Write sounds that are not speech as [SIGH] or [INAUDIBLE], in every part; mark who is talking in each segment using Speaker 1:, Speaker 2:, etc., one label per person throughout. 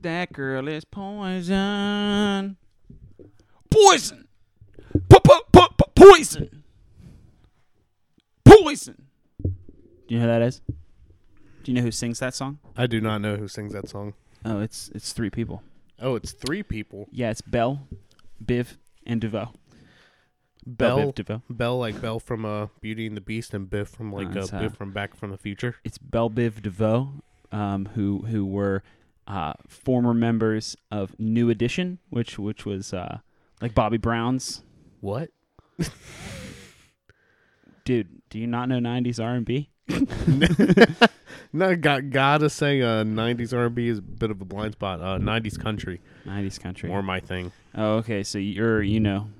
Speaker 1: That girl is poison. Poison. Po- po- po- po- Poison. Poison. Do you know who that is? Do you know who sings that song?
Speaker 2: I do not know who sings that song.
Speaker 1: Oh, it's it's three people.
Speaker 2: Oh, it's three people.
Speaker 1: Yeah, it's Bell, Biv, and DeVoe.
Speaker 2: Belle,
Speaker 1: Biv DeVoe.
Speaker 2: Belle, like Belle from uh, Beauty and the Beast, and Biff from like uh,
Speaker 1: That's, uh,
Speaker 2: Biff from Back from the Future.
Speaker 1: It's Bell, Biv, DeVoe, um, who who were uh, former members of New Edition, which which was uh, like Bobby Brown's.
Speaker 2: What?
Speaker 1: Dude, do you not know '90s R&B?
Speaker 2: No, got gotta say, uh, '90s R&B is a bit of a blind spot. Uh, '90s country,
Speaker 1: '90s country.
Speaker 2: more my thing.
Speaker 1: Oh, okay. So you're you know,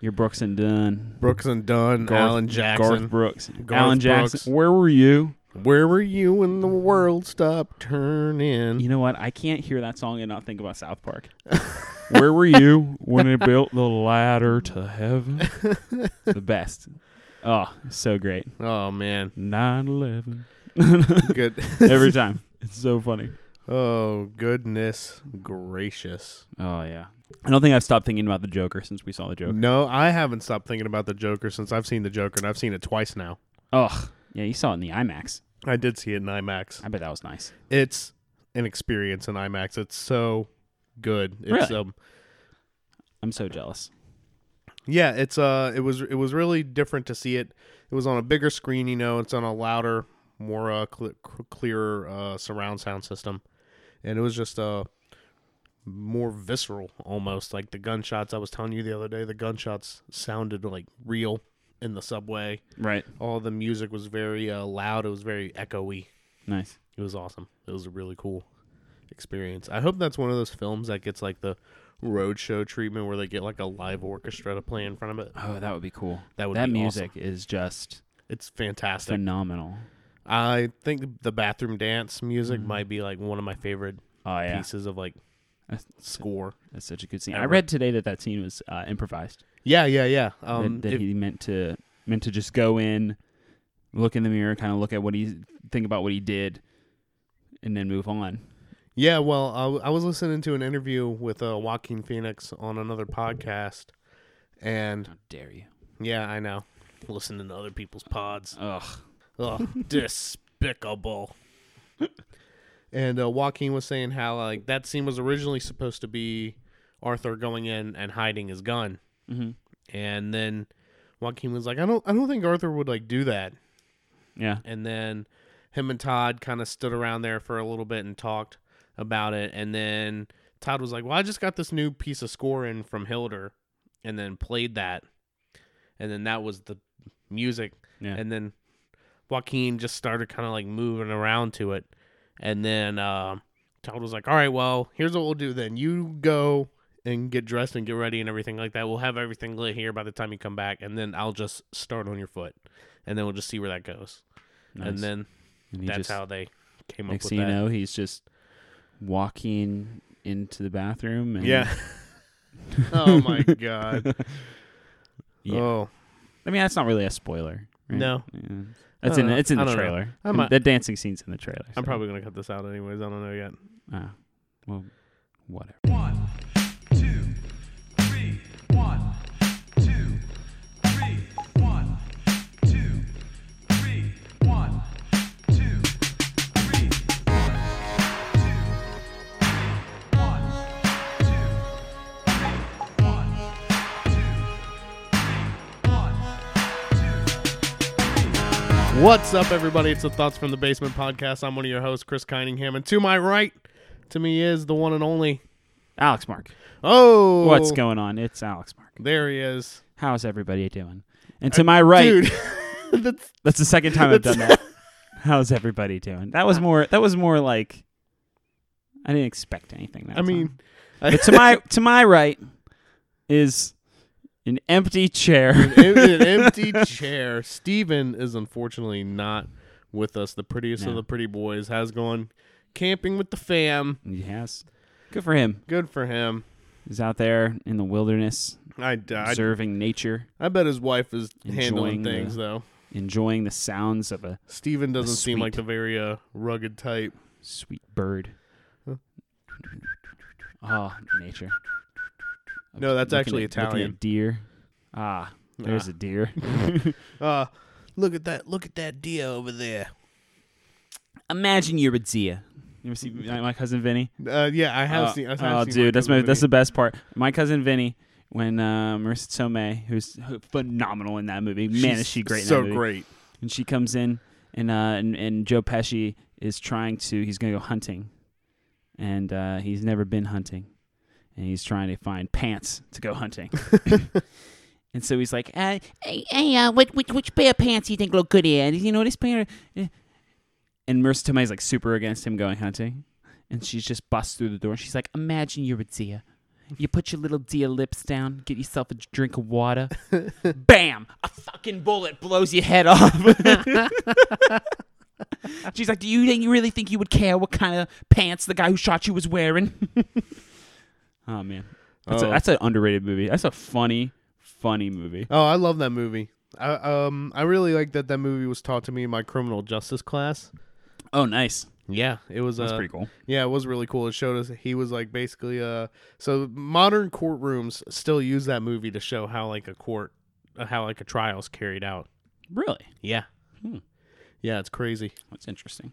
Speaker 1: you're Brooks and Dunn,
Speaker 2: Brooks and Dunn,
Speaker 1: Garth-
Speaker 2: Alan Jackson.
Speaker 1: Garth Brooks,
Speaker 2: Garth
Speaker 1: Alan Jackson.
Speaker 2: Brooks.
Speaker 1: Where were you?
Speaker 2: Where were you when the world stopped turning?
Speaker 1: You know what? I can't hear that song and not think about South
Speaker 2: [LAUGHS]
Speaker 1: Park. Where were you when they built the ladder to
Speaker 2: [LAUGHS]
Speaker 1: heaven? the best. Oh, so great.
Speaker 2: Oh [LAUGHS] man,
Speaker 1: 9 11.
Speaker 2: good.
Speaker 1: Every
Speaker 2: [LAUGHS]
Speaker 1: time. It's so funny.
Speaker 2: oh goodness gracious.
Speaker 1: Oh, yeah. I don't think I've stopped thinking about the Joker since we saw the Joker.
Speaker 2: No, I haven't stopped thinking about the Joker since I've seen the Joker, and I've seen it twice now.
Speaker 1: Ugh. Yeah, you saw it in the IMAX.
Speaker 2: I did see it in IMAX.
Speaker 1: I bet that was nice.
Speaker 2: It's an experience in IMAX. It's so good. It's
Speaker 1: Really?
Speaker 2: um
Speaker 1: I'm so jealous.
Speaker 2: yeah, it's uh it was it was really different to see it. It was on a bigger screen, you know, it's on a louder, more uh cl- cl- clearer uh surround sound system. And it was just uh more visceral almost like the gunshots I was telling you the other day, the gunshots sounded like real in the subway.
Speaker 1: Right.
Speaker 2: All the music was very uh, loud, it was very echoey.
Speaker 1: Nice.
Speaker 2: It was awesome. It was a really cool experience. I hope that's one of those films that gets like the roadshow treatment where they get like a live orchestra to play in front of it.
Speaker 1: Oh, that would be cool.
Speaker 2: That would
Speaker 1: that
Speaker 2: be
Speaker 1: music is just
Speaker 2: It's fantastic.
Speaker 1: phenomenal.
Speaker 2: I think the bathroom dance music might be like one of my favorite
Speaker 1: Oh, Mm-hmm. yeah.
Speaker 2: pieces of like
Speaker 1: That's-
Speaker 2: [LAUGHS] score.
Speaker 1: That's such a good scene. I
Speaker 2: Ever.
Speaker 1: read today that that scene was uh, improvised.
Speaker 2: Yeah, yeah, yeah.
Speaker 1: That-
Speaker 2: Um,
Speaker 1: that
Speaker 2: if-
Speaker 1: he meant to meant to just go in, look in the mirror, kind of look at what he think about what he did, and then move on.
Speaker 2: yeah. Well, I, w- I was listening to an interview with uh, Joaquin Phoenix on another podcast, and
Speaker 1: How dare you?
Speaker 2: yeah, I know. Listening to other people's pods.
Speaker 1: Ugh.
Speaker 2: [LAUGHS] Ugh, despicable. and uh, Joaquin was saying how like that scene was originally supposed to be Arthur going in and hiding his gun,
Speaker 1: hmm
Speaker 2: and then Joaquin was like, "I don't, I don't think Arthur would like do that."
Speaker 1: Yeah.
Speaker 2: And then him and Todd kind of stood around there for a little bit and talked about it, and then Todd was like, "Well, I just got this new piece of score in from Hilder," and then played that, and then that was the music
Speaker 1: Yeah.
Speaker 2: and then Joaquin just started kind of like moving around to it, and then uh, Todd was like, "All right, well, here's what we'll do then. You go and get dressed and get ready and everything like that. We'll have everything lit here by the time you come back, and then I'll just start on your foot, and then we'll just see where that goes.
Speaker 1: Nice.
Speaker 2: And then
Speaker 1: And he
Speaker 2: that's
Speaker 1: just-
Speaker 2: how they came up
Speaker 1: Next
Speaker 2: with
Speaker 1: thing you
Speaker 2: that.
Speaker 1: know, he's just walking into the bathroom. And
Speaker 2: yeah. [LAUGHS] oh my god.
Speaker 1: [LAUGHS] Yeah.
Speaker 2: Oh,
Speaker 1: I mean, that's not really a spoiler. right?
Speaker 2: No.
Speaker 1: Yeah. That's
Speaker 2: I
Speaker 1: in.
Speaker 2: don't know.
Speaker 1: It's in
Speaker 2: Uh, I
Speaker 1: the
Speaker 2: don't know.
Speaker 1: trailer.
Speaker 2: I might-
Speaker 1: The dancing scene's in the trailer. so-
Speaker 2: I'm probably gonna cut this out anyways. I don't know yet.
Speaker 1: Oh. well, whatever.
Speaker 3: One, two, three. One, two, three. One, two, three. One, two, three. One, two, three. One, two, three. One, two, three. One, two,
Speaker 2: What's up, everybody? It's the Thoughts from the Basement podcast. I'm one of your hosts, Chris Cunningham, and to my right, to me is the one and only.
Speaker 1: Alex Mark.
Speaker 2: Oh,
Speaker 1: What's going on? It's Alex Mark.
Speaker 2: There he is,
Speaker 1: How's everybody doing? And to my right, [LAUGHS]
Speaker 2: Uh, dude. [LAUGHS] that's
Speaker 1: that's the second time I've done
Speaker 2: [LAUGHS]
Speaker 1: that. How's everybody doing? That was more. That was more like. I didn't expect anything. That
Speaker 2: I mean,
Speaker 1: time. but to my to my right is an empty
Speaker 2: [LAUGHS]
Speaker 1: chair.
Speaker 2: em- an empty chair. Steven is unfortunately not with us. The prettiest of
Speaker 1: No.
Speaker 2: the pretty boys has gone camping with the fam.
Speaker 1: yes, good for him.
Speaker 2: Good for him.
Speaker 1: He's out there in the wilderness,
Speaker 2: I, I,
Speaker 1: observing nature,
Speaker 2: I bet his wife is handling
Speaker 1: Enjoying the-
Speaker 2: things though.
Speaker 1: enjoying the sounds of a
Speaker 2: Steven doesn't seem like
Speaker 1: sweet.
Speaker 2: the very uh, rugged type.
Speaker 1: Sweet bird.
Speaker 2: Huh.
Speaker 1: Ah, nature.
Speaker 2: No, that's
Speaker 1: Looking
Speaker 2: actually
Speaker 1: at- looking at
Speaker 2: Italian.
Speaker 1: deer. Ah, there's a deer.
Speaker 2: [LAUGHS] Uh, look at that! Look at that deer over there.
Speaker 1: Imagine you're a deer. You
Speaker 2: [LAUGHS]
Speaker 1: ever see my, my cousin Vinny?
Speaker 2: Uh, yeah, I have
Speaker 1: Uh,
Speaker 2: seen. I have
Speaker 1: oh,
Speaker 2: seen
Speaker 1: dude, that's my
Speaker 2: Michael's
Speaker 1: that's the best part. My cousin Vinny, when uh, Marissa Tomei, who's phenomenal in that movie,
Speaker 2: video.
Speaker 1: man,
Speaker 2: She's
Speaker 1: is she great? In
Speaker 2: So
Speaker 1: that movie.
Speaker 2: great.
Speaker 1: And she comes in, and uh, and, and Joe Pesci is trying to. He's gonna go hunting, and uh, he's never been hunting, and he's trying to find pants to go hunting. [LAUGHS] and so he's like, uh, "Hey, hey uh, which, which which pair of pants do you think look good here? And You know this pair." eh." And Marissa Tomei's like super against him going hunting, and she's just busts through the door. She's like, "Imagine you're a deer." You put your little deer lips down, get yourself a drink of water. Bam! A fucking bullet blows your head off. [LAUGHS] She's like, "Do you think you really think you would care what kind of pants the guy who shot you was wearing?" [LAUGHS] oh man, that's,
Speaker 2: Oh.
Speaker 1: a, that's an underrated movie. That's a funny, funny movie.
Speaker 2: Oh, I love that movie. I um I really like that that movie was taught to me in my criminal justice class.
Speaker 1: Oh, nice.
Speaker 2: Yeah, it was.
Speaker 1: That's
Speaker 2: uh,
Speaker 1: pretty cool.
Speaker 2: Yeah, it was really cool. It showed us he was like basically uh so modern courtrooms still use that movie to show how like a court uh, how like a trial's carried out.
Speaker 1: Really?
Speaker 2: Yeah.
Speaker 1: Hmm.
Speaker 2: Yeah, it's crazy.
Speaker 1: That's interesting.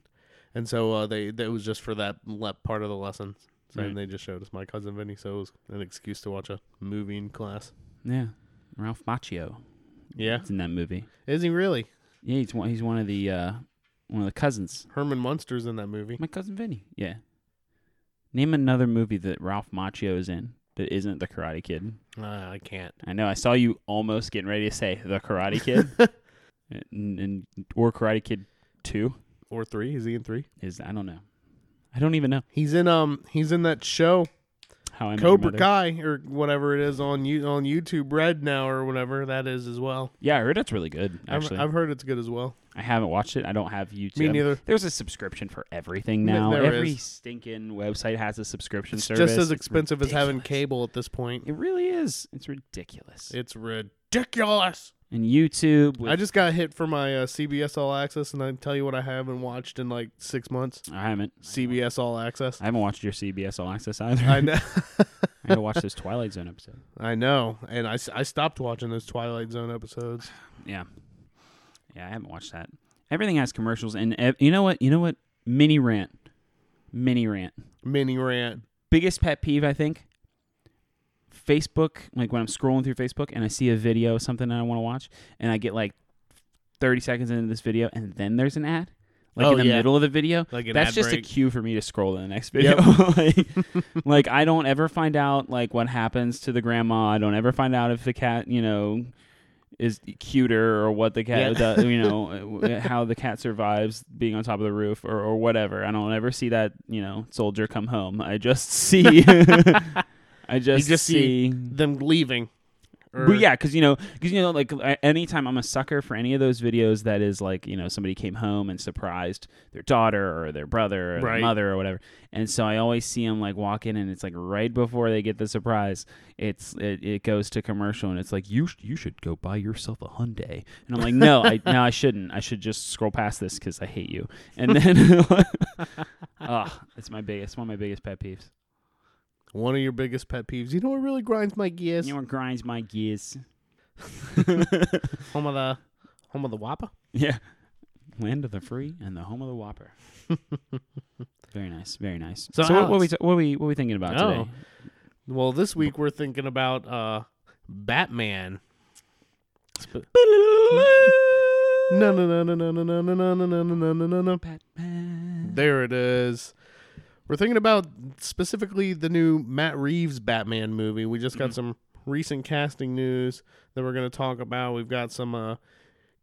Speaker 2: And so uh they that was just for that le- part of the lesson. So
Speaker 1: Right.
Speaker 2: and they just showed us my cousin Vinny, so it was an excuse to watch a movie in class.
Speaker 1: Yeah, Ralph Macchio.
Speaker 2: Yeah.
Speaker 1: It's in that movie.
Speaker 2: Is he really?
Speaker 1: Yeah, he's one. He's one of the uh, one of the cousins.
Speaker 2: Herman Munster's in that movie.
Speaker 1: My cousin Vinny. Yeah. Name another movie that Ralph Macchio is in that isn't The Karate Kid.
Speaker 2: Uh, I [LAUGHS] can't.
Speaker 1: I know. I saw you almost getting ready to say The Karate
Speaker 2: [LAUGHS]
Speaker 1: Kid, and, and or Karate Kid Two
Speaker 2: Or 3, is he in 3?
Speaker 1: is I don't know. I don't even know
Speaker 2: He's in um he's in that show
Speaker 1: how I Met Your
Speaker 2: Cobra
Speaker 1: Mother-
Speaker 2: Kai or whatever it is on you on YouTube Red now or whatever that is as well.
Speaker 1: Yeah, I heard it's really good.
Speaker 2: I've-
Speaker 1: Actually,
Speaker 2: I've, heard it's good as well.
Speaker 1: I haven't watched it. I don't have YouTube.
Speaker 2: Me neither.
Speaker 1: There's a subscription for everything
Speaker 2: Th-
Speaker 1: now.
Speaker 2: there
Speaker 1: Every
Speaker 2: is.
Speaker 1: stinking website has a subscription
Speaker 2: It's
Speaker 1: service.
Speaker 2: just as
Speaker 1: It's
Speaker 2: expensive as having
Speaker 1: ridiculous.
Speaker 2: cable at this point.
Speaker 1: It really is. It's ridiculous.
Speaker 2: It's ridiculous.
Speaker 1: and YouTube. With,
Speaker 2: I just got hit for my uh, CBS All Access, and I tell you what I haven't watched in like six months.
Speaker 1: I haven't.
Speaker 2: CBS All Access.
Speaker 1: I haven't watched your CBS All Access either. [LAUGHS]
Speaker 2: I know.
Speaker 1: I gotta watch
Speaker 2: [LAUGHS]
Speaker 1: this Twilight Zone episode.
Speaker 2: I know. And I, s- I stopped watching those Twilight Zone episodes.
Speaker 1: Yeah, yeah, I haven't watched that. Everything has commercials, and ev- you know what? You know what? Mini rant, mini rant.
Speaker 2: Mini rant.
Speaker 1: Biggest pet peeve, I think. Facebook, like when I'm scrolling through Facebook and I see a video of something that I want to watch, and I get like 30 seconds into this video, and then there's an ad, like
Speaker 2: Oh,
Speaker 1: in the
Speaker 2: yeah.
Speaker 1: middle of the video.
Speaker 2: Like an
Speaker 1: That's
Speaker 2: ad
Speaker 1: just
Speaker 2: break.
Speaker 1: a cue for me to scroll to the next video. [LAUGHS]
Speaker 2: [LAUGHS]
Speaker 1: like, like, I don't ever find out like what happens to the grandma. I don't ever find out if the cat, you know, is cuter or what the cat,
Speaker 2: Yeah.
Speaker 1: does, you
Speaker 2: [LAUGHS]
Speaker 1: know, uh, how the cat survives being on top of the roof or, or whatever. I don't ever see that, you know, soldier come home. I just [LAUGHS]
Speaker 2: [LAUGHS]
Speaker 1: see, I just,
Speaker 2: just see
Speaker 1: see.
Speaker 2: Them leaving. Or-
Speaker 1: Well, yeah, because you know, because you know, like I- anytime I'm a sucker for any of those videos that is like you know somebody came home and surprised their daughter or their brother or
Speaker 2: Right.
Speaker 1: their mother or whatever, and so I always see them like walk in and it's like right before they get the surprise, it's it, it goes to commercial and it's like you sh- you should go buy yourself a Hyundai, and I'm like no I no I shouldn't I should just scroll past this because I hate you, and
Speaker 2: [LAUGHS]
Speaker 1: then [LAUGHS] ah it's my biggest one of my biggest pet peeves.
Speaker 2: One of your biggest pet peeves. You know what really grinds my gears?
Speaker 1: You know what grinds my gears?
Speaker 2: Home of the home of the Whopper.
Speaker 1: Yeah. Land of the free and the home of the whopper. [LAUGHS] very nice, very nice.
Speaker 2: So,
Speaker 1: So, what, what we
Speaker 2: Alex-
Speaker 1: what we what we thinking about
Speaker 2: Oh.
Speaker 1: today?
Speaker 2: Well, this week we're thinking about uh Batman. Sp- No, no, no, no, no, no, no, no, no, no, no, no, no, no, no, no.
Speaker 1: Batman.
Speaker 2: There it is. We're thinking about specifically the new Matt Reeves Batman movie. We just got some recent casting news that we're going to talk about. We've got some uh,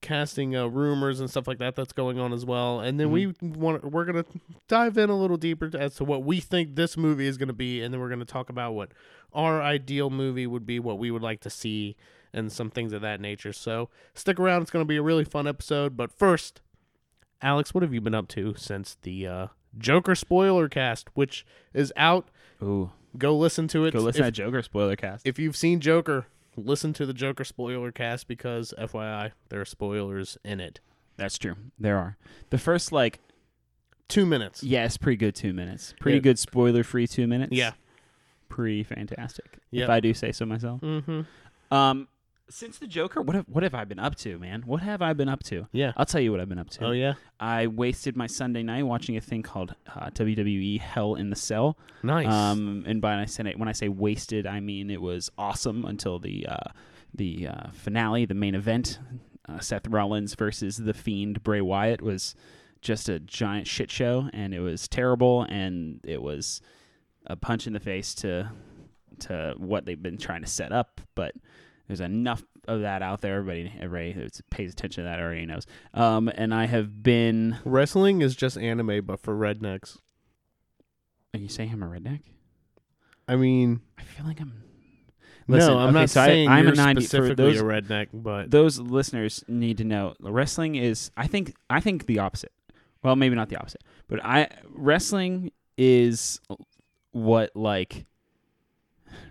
Speaker 2: casting uh, rumors and stuff like that that's going on as well. And then
Speaker 1: Mm-hmm.
Speaker 2: we want we're going to dive in a little deeper as to what we think this movie is going to be, and then we're going to talk about what our ideal movie would be, what we would like to see, and some things of that nature. So stick around; it's going to be a really fun episode. But first, Alex, what have you been up to since the uh, Joker spoiler cast, which is out?
Speaker 1: Ooh,
Speaker 2: Go listen to it.
Speaker 1: go listen
Speaker 2: if,
Speaker 1: to that Joker spoiler cast.
Speaker 2: if you've seen Joker, listen to the Joker spoiler cast because, FYI, there are spoilers in it.
Speaker 1: That's true. There are the first like
Speaker 2: two minutes.
Speaker 1: Yeah, it's pretty good two minutes. Pretty
Speaker 2: Yeah.
Speaker 1: good spoiler free two minutes.
Speaker 2: Yeah.
Speaker 1: Pretty fantastic.
Speaker 2: Yep.
Speaker 1: If I do say so myself.
Speaker 2: Mm-hmm.
Speaker 1: Um since the Joker, what have what have I been up to, man? What have I been up to?
Speaker 2: Yeah.
Speaker 1: I'll tell you what I've been up to.
Speaker 2: Oh yeah.
Speaker 1: I wasted my Sunday night watching a thing called uh, WWE Hell in the Cell.
Speaker 2: Nice.
Speaker 1: Um, and by I said it, when I say wasted, I mean it was awesome until the uh, the uh, finale, the main event. Uh, Seth Rollins versus the Fiend Bray Wyatt was just a giant shit show, and it was terrible, and it was a punch in the face to to what they've been trying to set up. But there's enough of that out there. Everybody, everybody who pays attention to that already knows. Um, and I have been.
Speaker 2: Wrestling is just anime, but for rednecks.
Speaker 1: Are you saying I'm a redneck?
Speaker 2: I mean,
Speaker 1: I feel like I'm. Listen,
Speaker 2: no, I'm
Speaker 1: okay,
Speaker 2: not
Speaker 1: so I-
Speaker 2: saying
Speaker 1: I'm a
Speaker 2: you're
Speaker 1: 90 for
Speaker 2: specifically
Speaker 1: those-
Speaker 2: a redneck,
Speaker 1: [LAUGHS]
Speaker 2: but
Speaker 1: those listeners need to know wrestling is i think i think the opposite well maybe not the opposite but i wrestling is what like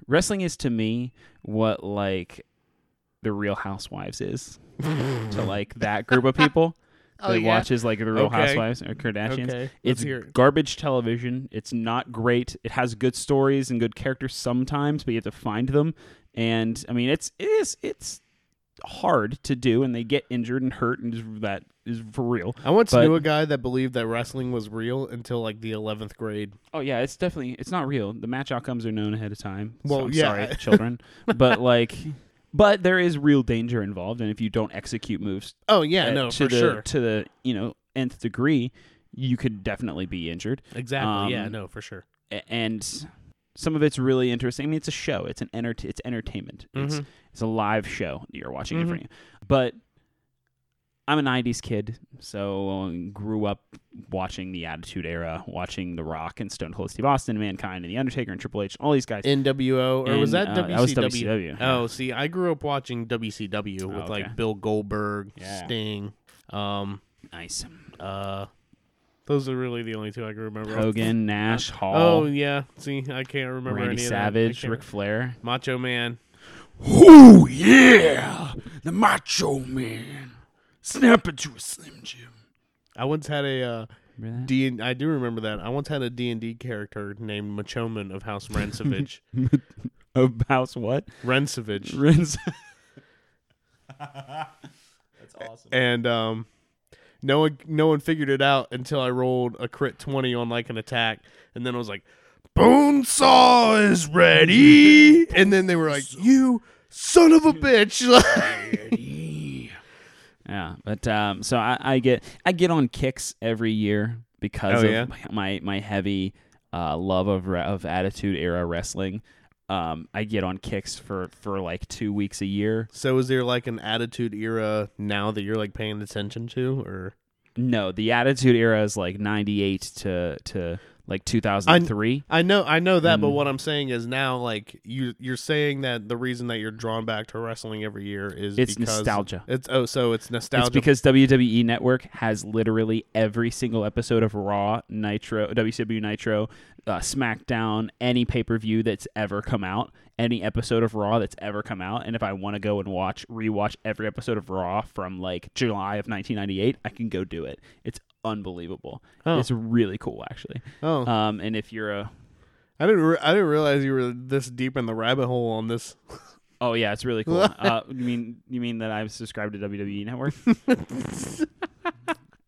Speaker 1: wrestling is to me what like the real housewives is to like that group of people
Speaker 2: [LAUGHS] Oh,
Speaker 1: that
Speaker 2: yeah.
Speaker 1: watches like the real
Speaker 2: Okay.
Speaker 1: housewives or kardashians
Speaker 2: okay, let's
Speaker 1: it's
Speaker 2: hear it.
Speaker 1: garbage television. It's not great. It has good stories and good characters sometimes, but you have to find them. And I mean, it's it is it's hard to do, and they get injured and hurt, and is- that is for real.
Speaker 2: I once
Speaker 1: but-
Speaker 2: knew a guy that believed that wrestling was real until like the eleventh grade.
Speaker 1: Oh yeah, it's definitely it's not real. The match outcomes are known ahead of time. So
Speaker 2: Well,
Speaker 1: I'm
Speaker 2: yeah.
Speaker 1: [LAUGHS] sorry, children, but like. But there is real danger involved, and if you don't execute moves
Speaker 2: Oh yeah,
Speaker 1: uh,
Speaker 2: no,
Speaker 1: to
Speaker 2: for
Speaker 1: the
Speaker 2: sure,
Speaker 1: to the you know nth degree, you could definitely be injured.
Speaker 2: exactly. yeah,
Speaker 1: um,
Speaker 2: no, for sure.
Speaker 1: a- and some of it's really interesting. I mean, it's a show. It's an enter- It's entertainment. It's
Speaker 2: Mhm.
Speaker 1: it's a live show that you're watching in
Speaker 2: Mhm.
Speaker 1: front of you. But I'm a '90s kid, so I grew up watching the Attitude Era, watching The Rock and Stone Cold Steve Austin, Mankind, and The Undertaker, and Triple H, all these guys.
Speaker 2: NWO or was
Speaker 1: And,
Speaker 2: that
Speaker 1: uh,
Speaker 2: WCW?
Speaker 1: that was WCW, yeah.
Speaker 2: Oh, see, I grew up watching WCW with
Speaker 1: Oh, okay.
Speaker 2: like Bill Goldberg,
Speaker 1: Yeah.
Speaker 2: Sting. Um,
Speaker 1: nice.
Speaker 2: uh, those are really the only two I can remember.
Speaker 1: Hogan, Nash, Hall,
Speaker 2: Oh yeah, see, I can't remember
Speaker 1: Randy
Speaker 2: any of
Speaker 1: Savage,
Speaker 2: that. I can't-
Speaker 1: Ric Flair.
Speaker 2: Macho Man.
Speaker 1: Oh yeah, the Macho Man. Snap into a Slim Jim.
Speaker 2: I once had a uh, D. and- I do remember that. I once had a D and D character named Machoman of House
Speaker 1: [LAUGHS]
Speaker 2: Rancevage.
Speaker 1: About what?
Speaker 2: Rancevage,
Speaker 1: Rinse.
Speaker 2: and um, no one no one figured it out until I rolled a crit twenty on like an attack, and then I was like, "Bonesaw
Speaker 1: [LAUGHS]
Speaker 2: is ready," and then they were like, "You son of a bitch!"
Speaker 1: [LAUGHS] Yeah, but um, so I, I get I get on kicks every year because
Speaker 2: Oh,
Speaker 1: of
Speaker 2: yeah?
Speaker 1: my my heavy uh, love of re- of Attitude Era wrestling. Um, I get on kicks for for like two weeks a year.
Speaker 2: [LAUGHS] so is there like an attitude era now that you're like paying attention to, or
Speaker 1: No, the Attitude Era is like ninety eight to to like two thousand three.
Speaker 2: I know, I know that, but
Speaker 1: Mm.
Speaker 2: what I'm saying is now, like you, you're saying that the reason that you're drawn back to wrestling every year is
Speaker 1: It's
Speaker 2: because
Speaker 1: nostalgia.
Speaker 2: It's oh, so it's nostalgia.
Speaker 1: It's because WWE Network has literally every single episode of Raw, Nitro, WCW Nitro, uh, SmackDown, any pay per view that's ever come out, any episode of Raw that's ever come out. And if I want to go and watch, rewatch every episode of Raw from like July of 1998, I can go do it. It's unbelievable.
Speaker 2: Oh.
Speaker 1: It's really cool, actually.
Speaker 2: oh,
Speaker 1: Um, and if you're a
Speaker 2: I didn't, re- I didn't realize you were this deep in the rabbit hole on this.
Speaker 1: Oh yeah, it's really
Speaker 2: [LAUGHS]
Speaker 1: cool. uh, you mean you mean that I've subscribed to WWE Network?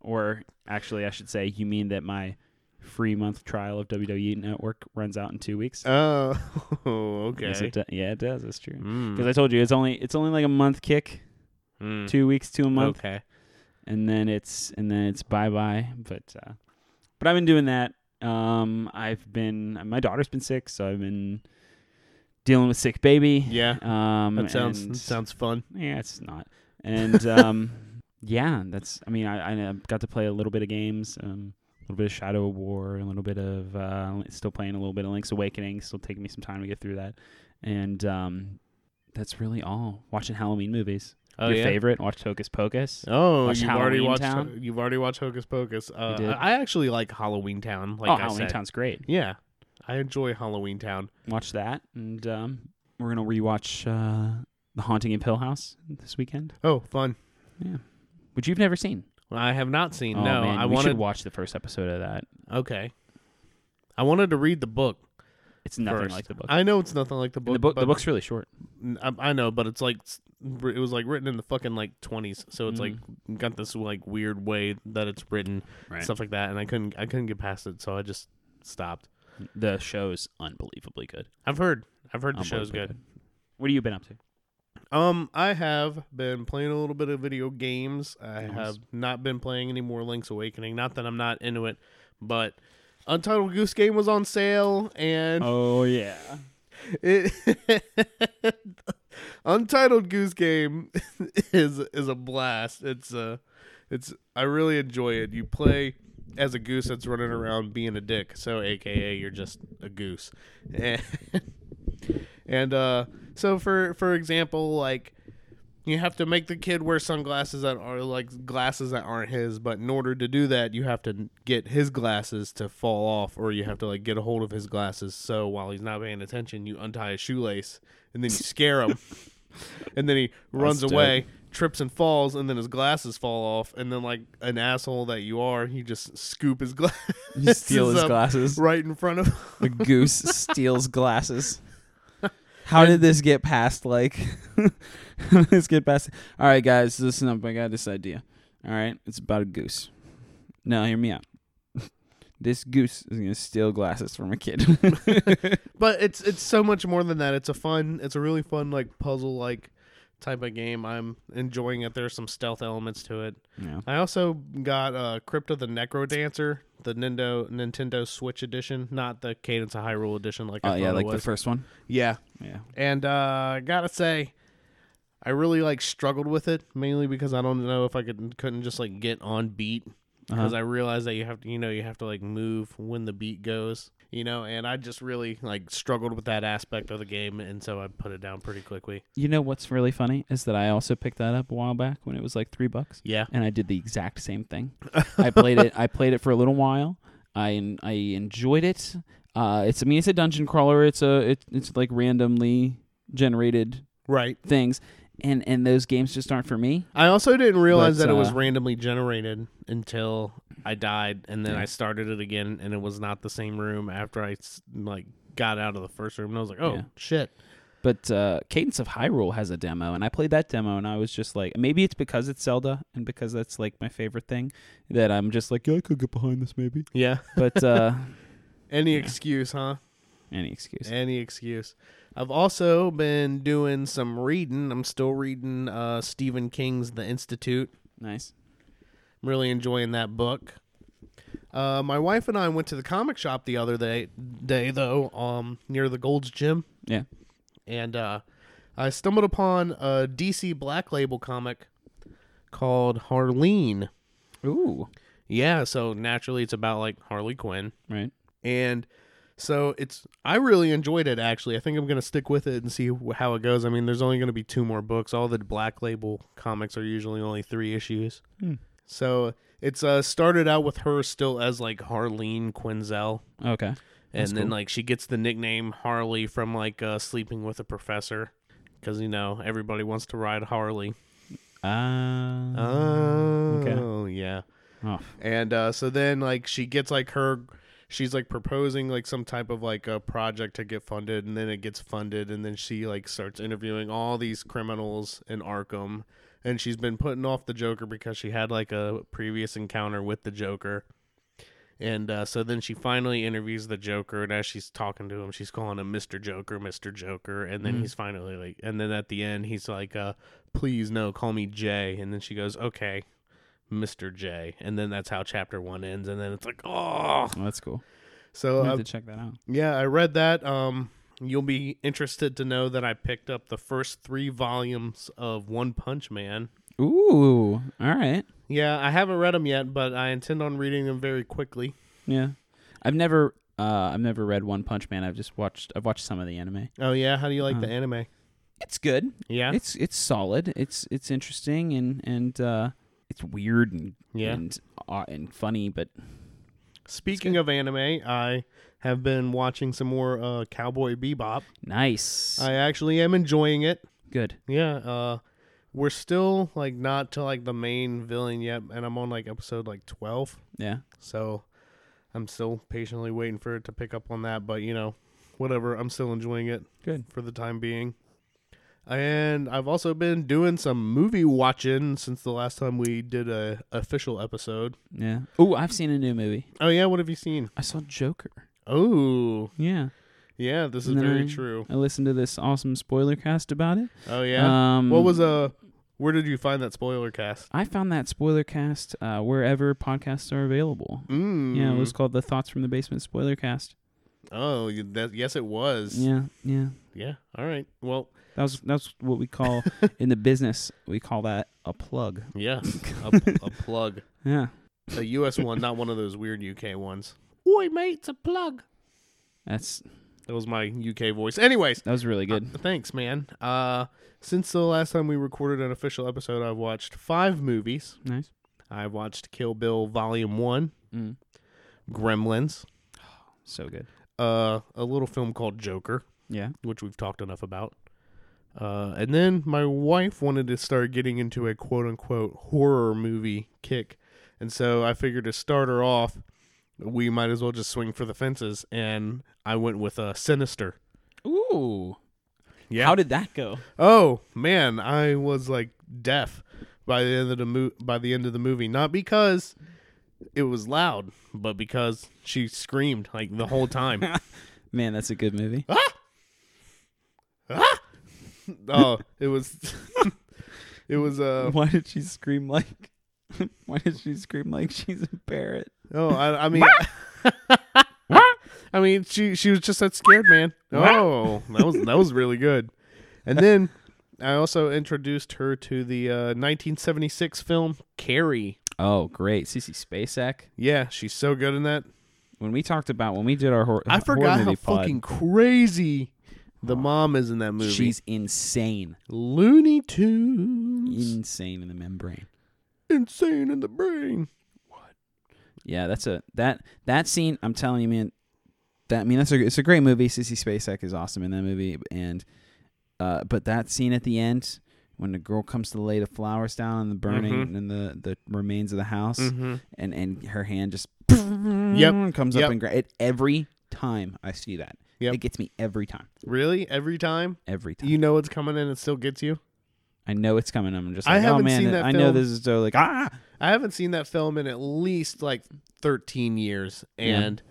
Speaker 1: or actually, I should say, you mean that my free month trial of WWE Network runs out in two weeks?
Speaker 2: Oh, [LAUGHS] okay.
Speaker 1: Yes, it do- yeah, it does. That's true.
Speaker 2: Mm.
Speaker 1: Because I told you it's only it's only like a month kick,
Speaker 2: Mm.
Speaker 1: two weeks to a month,
Speaker 2: Okay. Oh.
Speaker 1: and then it's and then it's bye bye. But uh, but I've been doing that. Um, I've been my daughter's been sick, so I've been dealing with sick baby.
Speaker 2: Yeah,
Speaker 1: Um,
Speaker 2: that sounds
Speaker 1: and-
Speaker 2: that sounds fun.
Speaker 1: yeah, it's not. And um, [LAUGHS] yeah, that's. I mean, I, I got to play a little bit of games, um, a little bit of Shadow of War, a little bit of uh, still playing a little bit of Link's Awakening. Still taking me some time to get through that. And um, that's really all. Watching Halloween movies.
Speaker 2: Oh
Speaker 1: Your
Speaker 2: yeah.
Speaker 1: favorite? Watch Hocus Pocus.
Speaker 2: Oh,
Speaker 1: Watch
Speaker 2: you've already
Speaker 1: Halloween
Speaker 2: watched.
Speaker 1: Town?
Speaker 2: You've already watched Hocus Pocus. Uh,
Speaker 1: did.
Speaker 2: I I actually like Halloween Town. Like
Speaker 1: oh,
Speaker 2: I
Speaker 1: Halloween
Speaker 2: said.
Speaker 1: Town's great.
Speaker 2: Yeah, I enjoy Halloween Town.
Speaker 1: Watch that, and um, we're gonna rewatch uh, The Haunting in Pill House this weekend,
Speaker 2: Oh, fun.
Speaker 1: which you've never seen.
Speaker 2: I have not seen.
Speaker 1: Oh,
Speaker 2: no,
Speaker 1: man,
Speaker 2: I
Speaker 1: we
Speaker 2: wanted.
Speaker 1: should watch the first episode of that.
Speaker 2: okay, I wanted to read the book.
Speaker 1: It's nothing
Speaker 2: first.
Speaker 1: like the book.
Speaker 2: I know it's nothing like the
Speaker 1: And
Speaker 2: book.
Speaker 1: the book, the
Speaker 2: but-
Speaker 1: book's really short.
Speaker 2: N- I, I know, but it's like s- r- it was like written in the fucking like twenties, so it's
Speaker 1: Mm.
Speaker 2: like got this like weird way that it's written,
Speaker 1: Right.
Speaker 2: stuff like that. And I couldn't, I couldn't get past it, so I just stopped.
Speaker 1: Mm. The show's unbelievably good.
Speaker 2: I've heard, I've heard the show's
Speaker 1: Unbelievably
Speaker 2: good.
Speaker 1: What have you been up to?
Speaker 2: Um, I have been playing a little bit of video games. I
Speaker 1: Nice.
Speaker 2: have not been playing any more Link's Awakening. Not that I'm not into it, but Untitled Goose Game was on sale, and
Speaker 1: Oh yeah.
Speaker 2: It [LAUGHS] Untitled Goose Game [LAUGHS] is is a blast. It's uh it's I really enjoy it. You play as a goose that's running around being a dick, so aka you're just a goose. [LAUGHS] And, and uh so for for example, like you have to make the kid wear sunglasses that are like glasses that aren't his, but in order to do that, you have to get his glasses to fall off, or you have to like get a hold of his glasses. So while he's not paying attention, you untie his shoelace and
Speaker 1: [LAUGHS]
Speaker 2: then you scare him, and then he runs
Speaker 1: dope.
Speaker 2: away, trips and falls, and then his glasses fall off, and then like an asshole that you are, you just scoop his [LAUGHS] glasses,
Speaker 1: You steal his
Speaker 2: up
Speaker 1: glasses.
Speaker 2: right in front of. him.
Speaker 1: The goose steals glasses. How did this get past? Like, [LAUGHS] how did this get past? All right, guys, listen up. I got this idea. All right, it's about a goose. Now, hear me out. [LAUGHS] This goose is gonna steal glasses from a kid. [LAUGHS]
Speaker 2: [LAUGHS] But it's it's so much more than that. It's a fun. It's a really fun like puzzle like type of game. I'm enjoying it. There's some stealth elements to it.
Speaker 1: yeah.
Speaker 2: I also got uh, Crypt of the Necro Dancer, the Nintendo Nintendo Switch edition, not the Cadence of Hyrule edition. Like I
Speaker 1: Oh
Speaker 2: thought
Speaker 1: yeah,
Speaker 2: it
Speaker 1: like the
Speaker 2: was.
Speaker 1: first one.
Speaker 2: yeah.
Speaker 1: Yeah.
Speaker 2: And uh, I gotta say, I really like struggled with it mainly because I don't know if I could couldn't just like get on beat
Speaker 1: Uh-huh.
Speaker 2: because I realized that you have to, you know, you have to like move when the beat goes, you know, and I just really like struggled with that aspect of the game, and so I put it down pretty quickly.
Speaker 1: You know what's really funny is that I also picked that up a while back when it was like three bucks.
Speaker 2: Yeah,
Speaker 1: and I did the exact same thing. I played it. I played it for a little while. I I enjoyed it. Uh, it's I mean it's a dungeon crawler. It's a it, it's like randomly generated
Speaker 2: right.
Speaker 1: things, and and those games just aren't for me.
Speaker 2: I also didn't realize
Speaker 1: But,
Speaker 2: that it was
Speaker 1: uh,
Speaker 2: randomly generated until I died, and then
Speaker 1: Yeah.
Speaker 2: I started it again, and it was not the same room after I s- like got out of the first room, and I was like, oh
Speaker 1: Yeah.
Speaker 2: shit,
Speaker 1: But uh, Cadence of Hyrule has a demo, and I played that demo, and I was just like, maybe it's because it's Zelda, and because that's like my favorite thing, that I'm just like, yeah, I could get behind this maybe.
Speaker 2: yeah.
Speaker 1: But uh,
Speaker 2: Any excuse, huh?
Speaker 1: any excuse.
Speaker 2: Any excuse. I've also been doing some reading. I'm still reading uh, Stephen King's The Institute.
Speaker 1: Nice.
Speaker 2: I'm really enjoying that book. Uh, my wife and I went to the comic shop the other day, day though, um, near the Gold's Gym,
Speaker 1: Yeah.
Speaker 2: and uh, I stumbled upon a DC Black Label comic called Harleen.
Speaker 1: Ooh.
Speaker 2: Yeah, so naturally it's about like Harley Quinn.
Speaker 1: Right.
Speaker 2: and so it's i really enjoyed it actually i think i'm going to stick with it and see wh- how it goes i mean there's only going to be two more books all the black label comics are usually only three issues
Speaker 1: Hmm.
Speaker 2: so it's uh started out with her still as like harlene quinzel
Speaker 1: Okay.
Speaker 2: and
Speaker 1: That's
Speaker 2: then
Speaker 1: cool.
Speaker 2: like she gets the nickname harley from like uh sleeping with a professor because you know everybody wants to ride harley
Speaker 1: Uh,
Speaker 2: oh
Speaker 1: okay.
Speaker 2: yeah
Speaker 1: oh,
Speaker 2: and uh, so then like she gets like her she's like proposing like some type of like a project to get funded and then it gets funded and then she like starts interviewing all these criminals in arkham and she's been putting off the joker because she had like a previous encounter with the joker and uh, so then she finally interviews the joker and as she's talking to him she's calling him mr joker mr joker and then he's finally like and then at the end he's like uh, please no call me jay and then she goes okay mr j and then that's how chapter one ends and then it's like oh
Speaker 1: well, that's cool.
Speaker 2: so
Speaker 1: I have
Speaker 2: uh,
Speaker 1: to check that out.
Speaker 2: yeah i read that um you'll be interested to know that i picked up the first three volumes of one punch man
Speaker 1: Ooh, all right.
Speaker 2: yeah i haven't read them yet but i intend on reading them very quickly
Speaker 1: Yeah, I've never, uh, I've never read One Punch Man. I've just watched, I've watched some of the anime.
Speaker 2: oh yeah how do you like the anime
Speaker 1: It's good.
Speaker 2: yeah
Speaker 1: Hmm. It's it's solid. It's it's interesting and and uh, it's weird and
Speaker 2: Yeah.
Speaker 1: and uh, and funny, but
Speaker 2: speaking of anime i have been watching some more uh cowboy bebop
Speaker 1: nice.
Speaker 2: i actually am enjoying it
Speaker 1: good.
Speaker 2: yeah uh we're still like not to like the main villain yet, and I'm on like episode like twelve,
Speaker 1: Yeah.
Speaker 2: so I'm still patiently waiting for it to pick up on that. But you know, whatever. I'm still enjoying it
Speaker 1: Good.
Speaker 2: for the time being. And I've also been doing some movie watching since the last time we did a official episode.
Speaker 1: Yeah. Oh, I've seen a new movie.
Speaker 2: Oh yeah, what have you seen?
Speaker 1: I saw Joker.
Speaker 2: Oh
Speaker 1: Yeah.
Speaker 2: yeah, this is
Speaker 1: And then
Speaker 2: very
Speaker 1: I-
Speaker 2: true.
Speaker 1: I listened to this awesome spoiler cast about it.
Speaker 2: Oh yeah.
Speaker 1: Um,
Speaker 2: what was uh where did you find that spoiler cast?
Speaker 1: I found that spoiler cast uh, wherever podcasts are available.
Speaker 2: Mm.
Speaker 1: Yeah, it was called the Thoughts from the Basement spoiler cast.
Speaker 2: Oh, you- that, yes, it was.
Speaker 1: Yeah, yeah.
Speaker 2: Yeah, All right. Well,
Speaker 1: That was that's what we
Speaker 2: Oh.
Speaker 1: [LAUGHS] call in the business. We call that a plug.
Speaker 2: [LAUGHS] yeah. a, p- a plug.
Speaker 1: [LAUGHS] Yeah,
Speaker 2: A U.S. one, not one of those weird U.K. ones. Oi, mate, it's a plug.
Speaker 1: that's
Speaker 2: That was my U.K. voice. Anyways,
Speaker 1: that was really good.
Speaker 2: uh, thanks, man. Uh, since the last time we recorded an official episode, I've watched five movies.
Speaker 1: Nice.
Speaker 2: I've watched Kill Bill Volume One,
Speaker 1: Mm.
Speaker 2: Gremlins,
Speaker 1: So good.
Speaker 2: uh, a little film called Joker,
Speaker 1: Yeah.
Speaker 2: which we've talked enough about. Uh, and then my wife wanted to start getting into a quote unquote horror movie kick. And so I figured to start her off, we might as well just swing for the fences. And I went with uh, Sinister.
Speaker 1: Ooh.
Speaker 2: Yeah.
Speaker 1: How did that go?
Speaker 2: Oh man, I was like deaf by the end of the mo- by the end of the movie. Not because it was loud, but because she screamed like the whole time.
Speaker 1: Man, that's a good movie.
Speaker 2: oh, it was [LAUGHS] it was uh
Speaker 1: [LAUGHS] Why did she scream like? [LAUGHS] Why did she scream like she's a parrot?
Speaker 2: oh I, I mean [LAUGHS] I mean she she was just that scared man. Oh, that was that was really good. And then I also introduced her to the uh, 1976 film Carrie.
Speaker 1: Oh, great, Cece Spacek.
Speaker 2: Yeah, she's so good in that.
Speaker 1: When we talked about when we did our horror,
Speaker 2: I forgot
Speaker 1: horror
Speaker 2: how
Speaker 1: movie pod,
Speaker 2: fucking crazy the mom is in that movie.
Speaker 1: she's insane,
Speaker 2: Looney Tunes,
Speaker 1: insane in the membrane.
Speaker 2: insane in the brain.
Speaker 1: Yeah, that's a that that scene. I'm telling you, man. That I mean, that's a it's a great movie. Sissy Spacek is awesome in that movie, and uh, but that scene at the end when the girl comes to lay the flowers down and the burning
Speaker 2: Mm-hmm.
Speaker 1: and the the remains of the house, and and her hand just
Speaker 2: Yep.
Speaker 1: comes
Speaker 2: Yep.
Speaker 1: up and gra- it every time I see that,
Speaker 2: Yep.
Speaker 1: it gets me every time,
Speaker 2: Really? Every time
Speaker 1: every time.
Speaker 2: you know what's coming and it still gets you.
Speaker 1: I know it's coming. I'm just
Speaker 2: I
Speaker 1: like, oh
Speaker 2: haven't
Speaker 1: man,
Speaker 2: seen that
Speaker 1: I know
Speaker 2: film.
Speaker 1: this is so like ah.
Speaker 2: I haven't seen that film in at least like 13 years,
Speaker 1: Yeah.
Speaker 2: and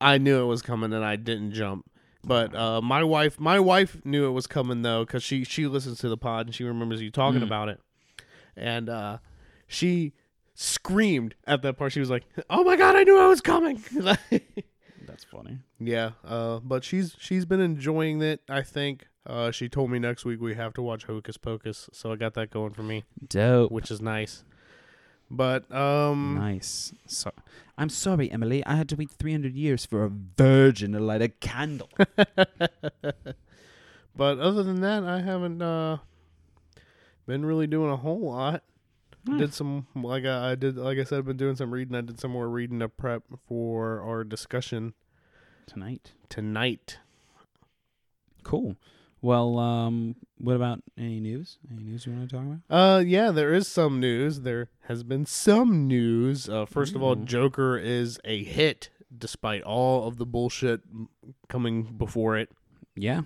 Speaker 2: I knew it was coming and I didn't jump. But uh, my wife, my wife knew it was coming though, because she she listens to the pod and she remembers you talking
Speaker 1: Mm.
Speaker 2: about it, and uh, she screamed at that part. She was like, "Oh my god, I knew I was coming!" [LAUGHS]
Speaker 1: That's funny.
Speaker 2: yeah, uh, but she's she's been enjoying it. I think uh, she told me next week we have to watch Hocus Pocus, so I got that going for me,
Speaker 1: Dope.
Speaker 2: which is nice. But um,
Speaker 1: Nice. So, I'm sorry, Emily. I had to wait 300 years for a virgin to light a candle.
Speaker 2: [LAUGHS] But other than that, I haven't uh, been really doing a whole lot. Did some like I, I did like I said, I've been doing some reading. I did some more reading to prep for our discussion
Speaker 1: Tonight.
Speaker 2: tonight.
Speaker 1: Cool. Well, um, what about any news? Any news you want to talk about?
Speaker 2: Uh, yeah, there is some news. There has been some news. Uh, first of all, Joker is a hit despite all of the bullshit m- coming before it.
Speaker 1: Yeah.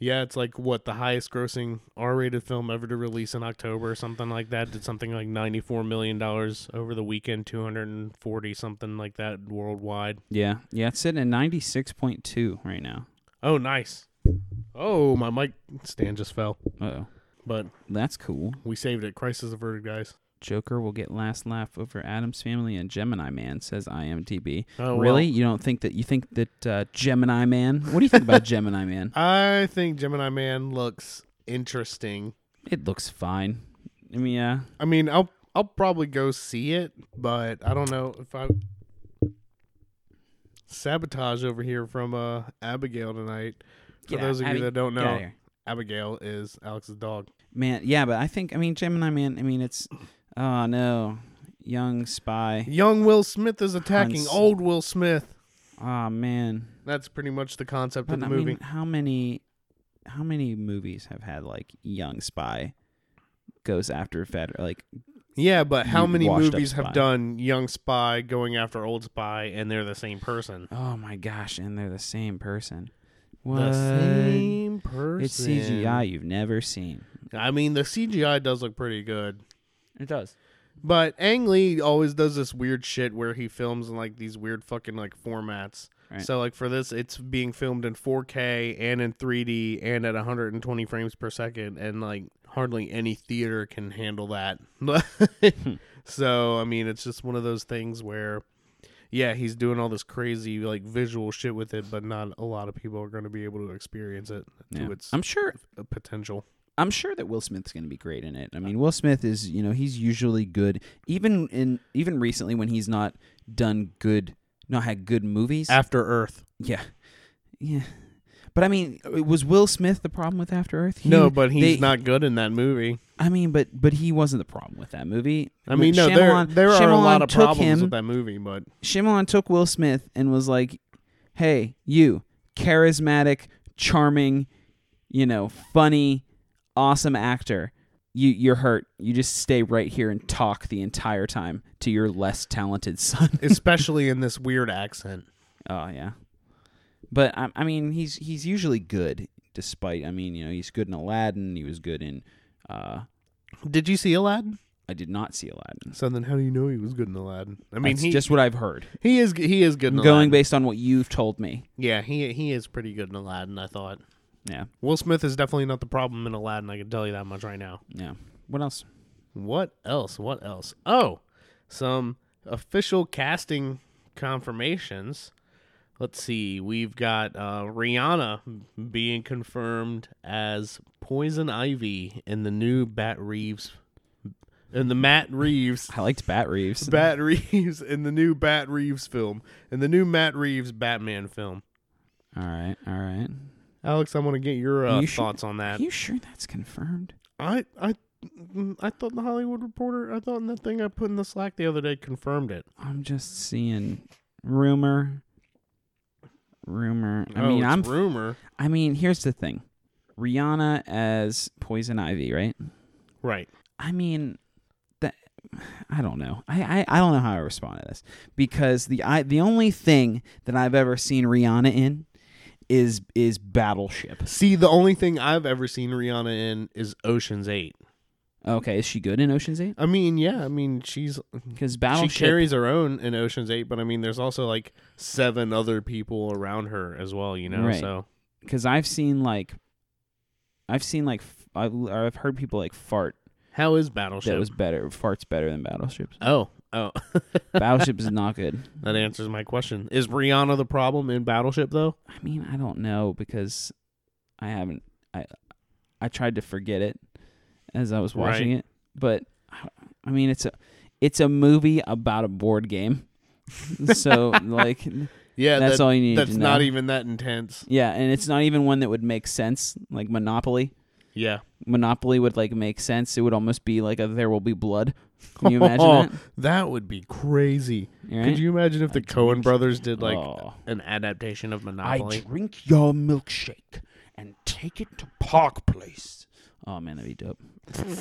Speaker 2: Yeah, it's like what the highest grossing R rated film ever to release in October or something like that. Did something like ninety four million dollars over the weekend, two hundred and forty something like that worldwide.
Speaker 1: Yeah. Yeah, it's sitting at 96.2 right now.
Speaker 2: Oh nice. Oh, my mic stand just fell.
Speaker 1: Uh-oh.
Speaker 2: But
Speaker 1: That's cool.
Speaker 2: we saved it. Crisis averted, guys.
Speaker 1: Joker will get last laugh over Adam's Family and Gemini Man, says IMDb.
Speaker 2: Oh, well.
Speaker 1: really? You don't think that you think that uh, Gemini Man? What do you think
Speaker 2: [LAUGHS]
Speaker 1: about Gemini Man?
Speaker 2: I think Gemini Man looks interesting.
Speaker 1: It looks fine. I mean, yeah.
Speaker 2: I mean, I'll I'll probably go see it, but I don't know if I sabotage over here from uh Abigail tonight. For
Speaker 1: Get out,
Speaker 2: those of
Speaker 1: Abby.
Speaker 2: you that don't
Speaker 1: Get outta
Speaker 2: know,
Speaker 1: here.
Speaker 2: Abigail is Alex's dog.
Speaker 1: Man, yeah, but I think I mean Gemini Man. I mean, it's oh no, young spy.
Speaker 2: Young Will Smith is attacking
Speaker 1: Hans.
Speaker 2: old Will Smith.
Speaker 1: Oh man,
Speaker 2: That's pretty much the concept of
Speaker 1: but
Speaker 2: the
Speaker 1: I
Speaker 2: movie.
Speaker 1: mean, how many, how many movies have had like young spy goes after Fed like
Speaker 2: Yeah, but how
Speaker 1: Mm,
Speaker 2: many
Speaker 1: washed up
Speaker 2: movies
Speaker 1: spy.
Speaker 2: have done young spy going after old spy and they're the same person?
Speaker 1: oh my gosh, and they're the same person. What?
Speaker 2: The same person.
Speaker 1: It's CGI you've never seen.
Speaker 2: I mean, the CGI does look pretty good.
Speaker 1: It does.
Speaker 2: But Ang Lee always does this weird shit where he films in like these weird fucking like formats.
Speaker 1: Right.
Speaker 2: So like for this, it's being filmed in 4K and in 3D and at 120 frames per second, and like hardly any theater can handle that.
Speaker 1: Hmm.
Speaker 2: so I mean, it's just one of those things where, yeah, he's doing all this crazy like visual shit with it, but not a lot of people are going to be able to experience it to
Speaker 1: Yeah.
Speaker 2: its
Speaker 1: I'm sure.
Speaker 2: uh, potential.
Speaker 1: I'm sure that Will Smith's going to be great in it. I mean, Will Smith is you know he's usually good. Even in even recently when he's not done good, not had good movies.
Speaker 2: After Earth.
Speaker 1: yeah, yeah. But I mean, uh, was Will Smith the problem with After Earth? He-
Speaker 2: no, but he's
Speaker 1: they-
Speaker 2: not good in that movie.
Speaker 1: I mean, but but he wasn't the problem with that movie.
Speaker 2: I mean, no, there,
Speaker 1: Shyamalan-
Speaker 2: there are a
Speaker 1: Shyamalan
Speaker 2: lot of
Speaker 1: took
Speaker 2: problems
Speaker 1: him,
Speaker 2: with that movie, but
Speaker 1: Shyamalan took Will Smith and was like, "Hey, you, charismatic, charming, you know, funny, awesome actor. You you're hurt. You just stay right here and talk the entire time to your less talented [LAUGHS] son."
Speaker 2: especially in this weird accent.
Speaker 1: oh yeah, but I, I mean, he's he's usually good. Despite, I mean, you know, he's good in Aladdin. He was good in. Uh,
Speaker 2: Did you see Aladdin?
Speaker 1: I did not see Aladdin.
Speaker 2: So then, how do you know he was good in Aladdin? I mean,
Speaker 1: That's
Speaker 2: he
Speaker 1: just what I've heard.
Speaker 2: he is he is good.
Speaker 1: I'm
Speaker 2: In
Speaker 1: going
Speaker 2: Aladdin.
Speaker 1: based on what you've told me.
Speaker 2: yeah, he he is pretty good in Aladdin. I thought
Speaker 1: Yeah,
Speaker 2: Will Smith is definitely not the problem in Aladdin. I can tell you that much right now.
Speaker 1: yeah. What else?
Speaker 2: What else? What else? Oh, some official casting confirmations. Let's see. We've got uh, Rihanna being confirmed as Poison Ivy in the new Bat Reeves, in the Matt Reeves,
Speaker 1: I liked Bat Reeves.
Speaker 2: Bat Reeves, in the new Bat Reeves film, in the new Matt Reeves Batman film.
Speaker 1: All right, all right.
Speaker 2: Alex, I want to get your uh,
Speaker 1: You should-
Speaker 2: thoughts on
Speaker 1: Are
Speaker 2: that.
Speaker 1: you sure that's confirmed?
Speaker 2: I, I, mm, I thought the Hollywood Reporter, I thought in that thing I put in the Slack the other day confirmed it.
Speaker 1: I'm just seeing rumor, rumor. I
Speaker 2: Oh,
Speaker 1: mean,
Speaker 2: it's
Speaker 1: I'm.
Speaker 2: rumor.
Speaker 1: I mean, here's the thing: Rihanna as Poison Ivy, right?
Speaker 2: Right.
Speaker 1: I mean, that I don't know. I, I, I don't know how I respond to this because the I the only thing that I've ever seen Rihanna in is is Battleship.
Speaker 2: See, the only thing I've ever seen Rihanna in is Ocean's Eight.
Speaker 1: Okay, is she good in Ocean's Eight?
Speaker 2: I mean, yeah, I mean she's
Speaker 1: Because
Speaker 2: she
Speaker 1: Battleship
Speaker 2: carries her own in Ocean's Eight, but I mean there's also like seven other people around her as well, you know.
Speaker 1: Right.
Speaker 2: So
Speaker 1: because I've seen like, I've seen like, f- I've, or I've heard people like fart
Speaker 2: how is
Speaker 1: that
Speaker 2: Battleship?
Speaker 1: was better. Farts better than battleships.
Speaker 2: [LAUGHS] oh, oh,
Speaker 1: Battleship is not good.
Speaker 2: that answers my question. Is Rihanna the problem in Battleship though?
Speaker 1: I mean, I don't know because I haven't. I I tried to forget it as I was watching it, but I- I mean, it's a it's a movie about a board game.
Speaker 2: [LAUGHS]
Speaker 1: so like
Speaker 2: Yeah,
Speaker 1: that's
Speaker 2: that-
Speaker 1: all you need
Speaker 2: That's
Speaker 1: to know.
Speaker 2: not e even that intense.
Speaker 1: yeah, and it's not even one that would make sense like Monopoly.
Speaker 2: Yeah,
Speaker 1: Monopoly would like make sense. It would almost be like a There Will Be Blood. Can you
Speaker 2: [LAUGHS]
Speaker 1: imagine that?
Speaker 2: That would be crazy.
Speaker 1: Right?
Speaker 2: Could you imagine if the Cohen brothers did like
Speaker 1: Oh.
Speaker 2: an adaptation of Monopoly?
Speaker 1: drink your milkshake and take it to Park Place. Oh man, that'd be dope.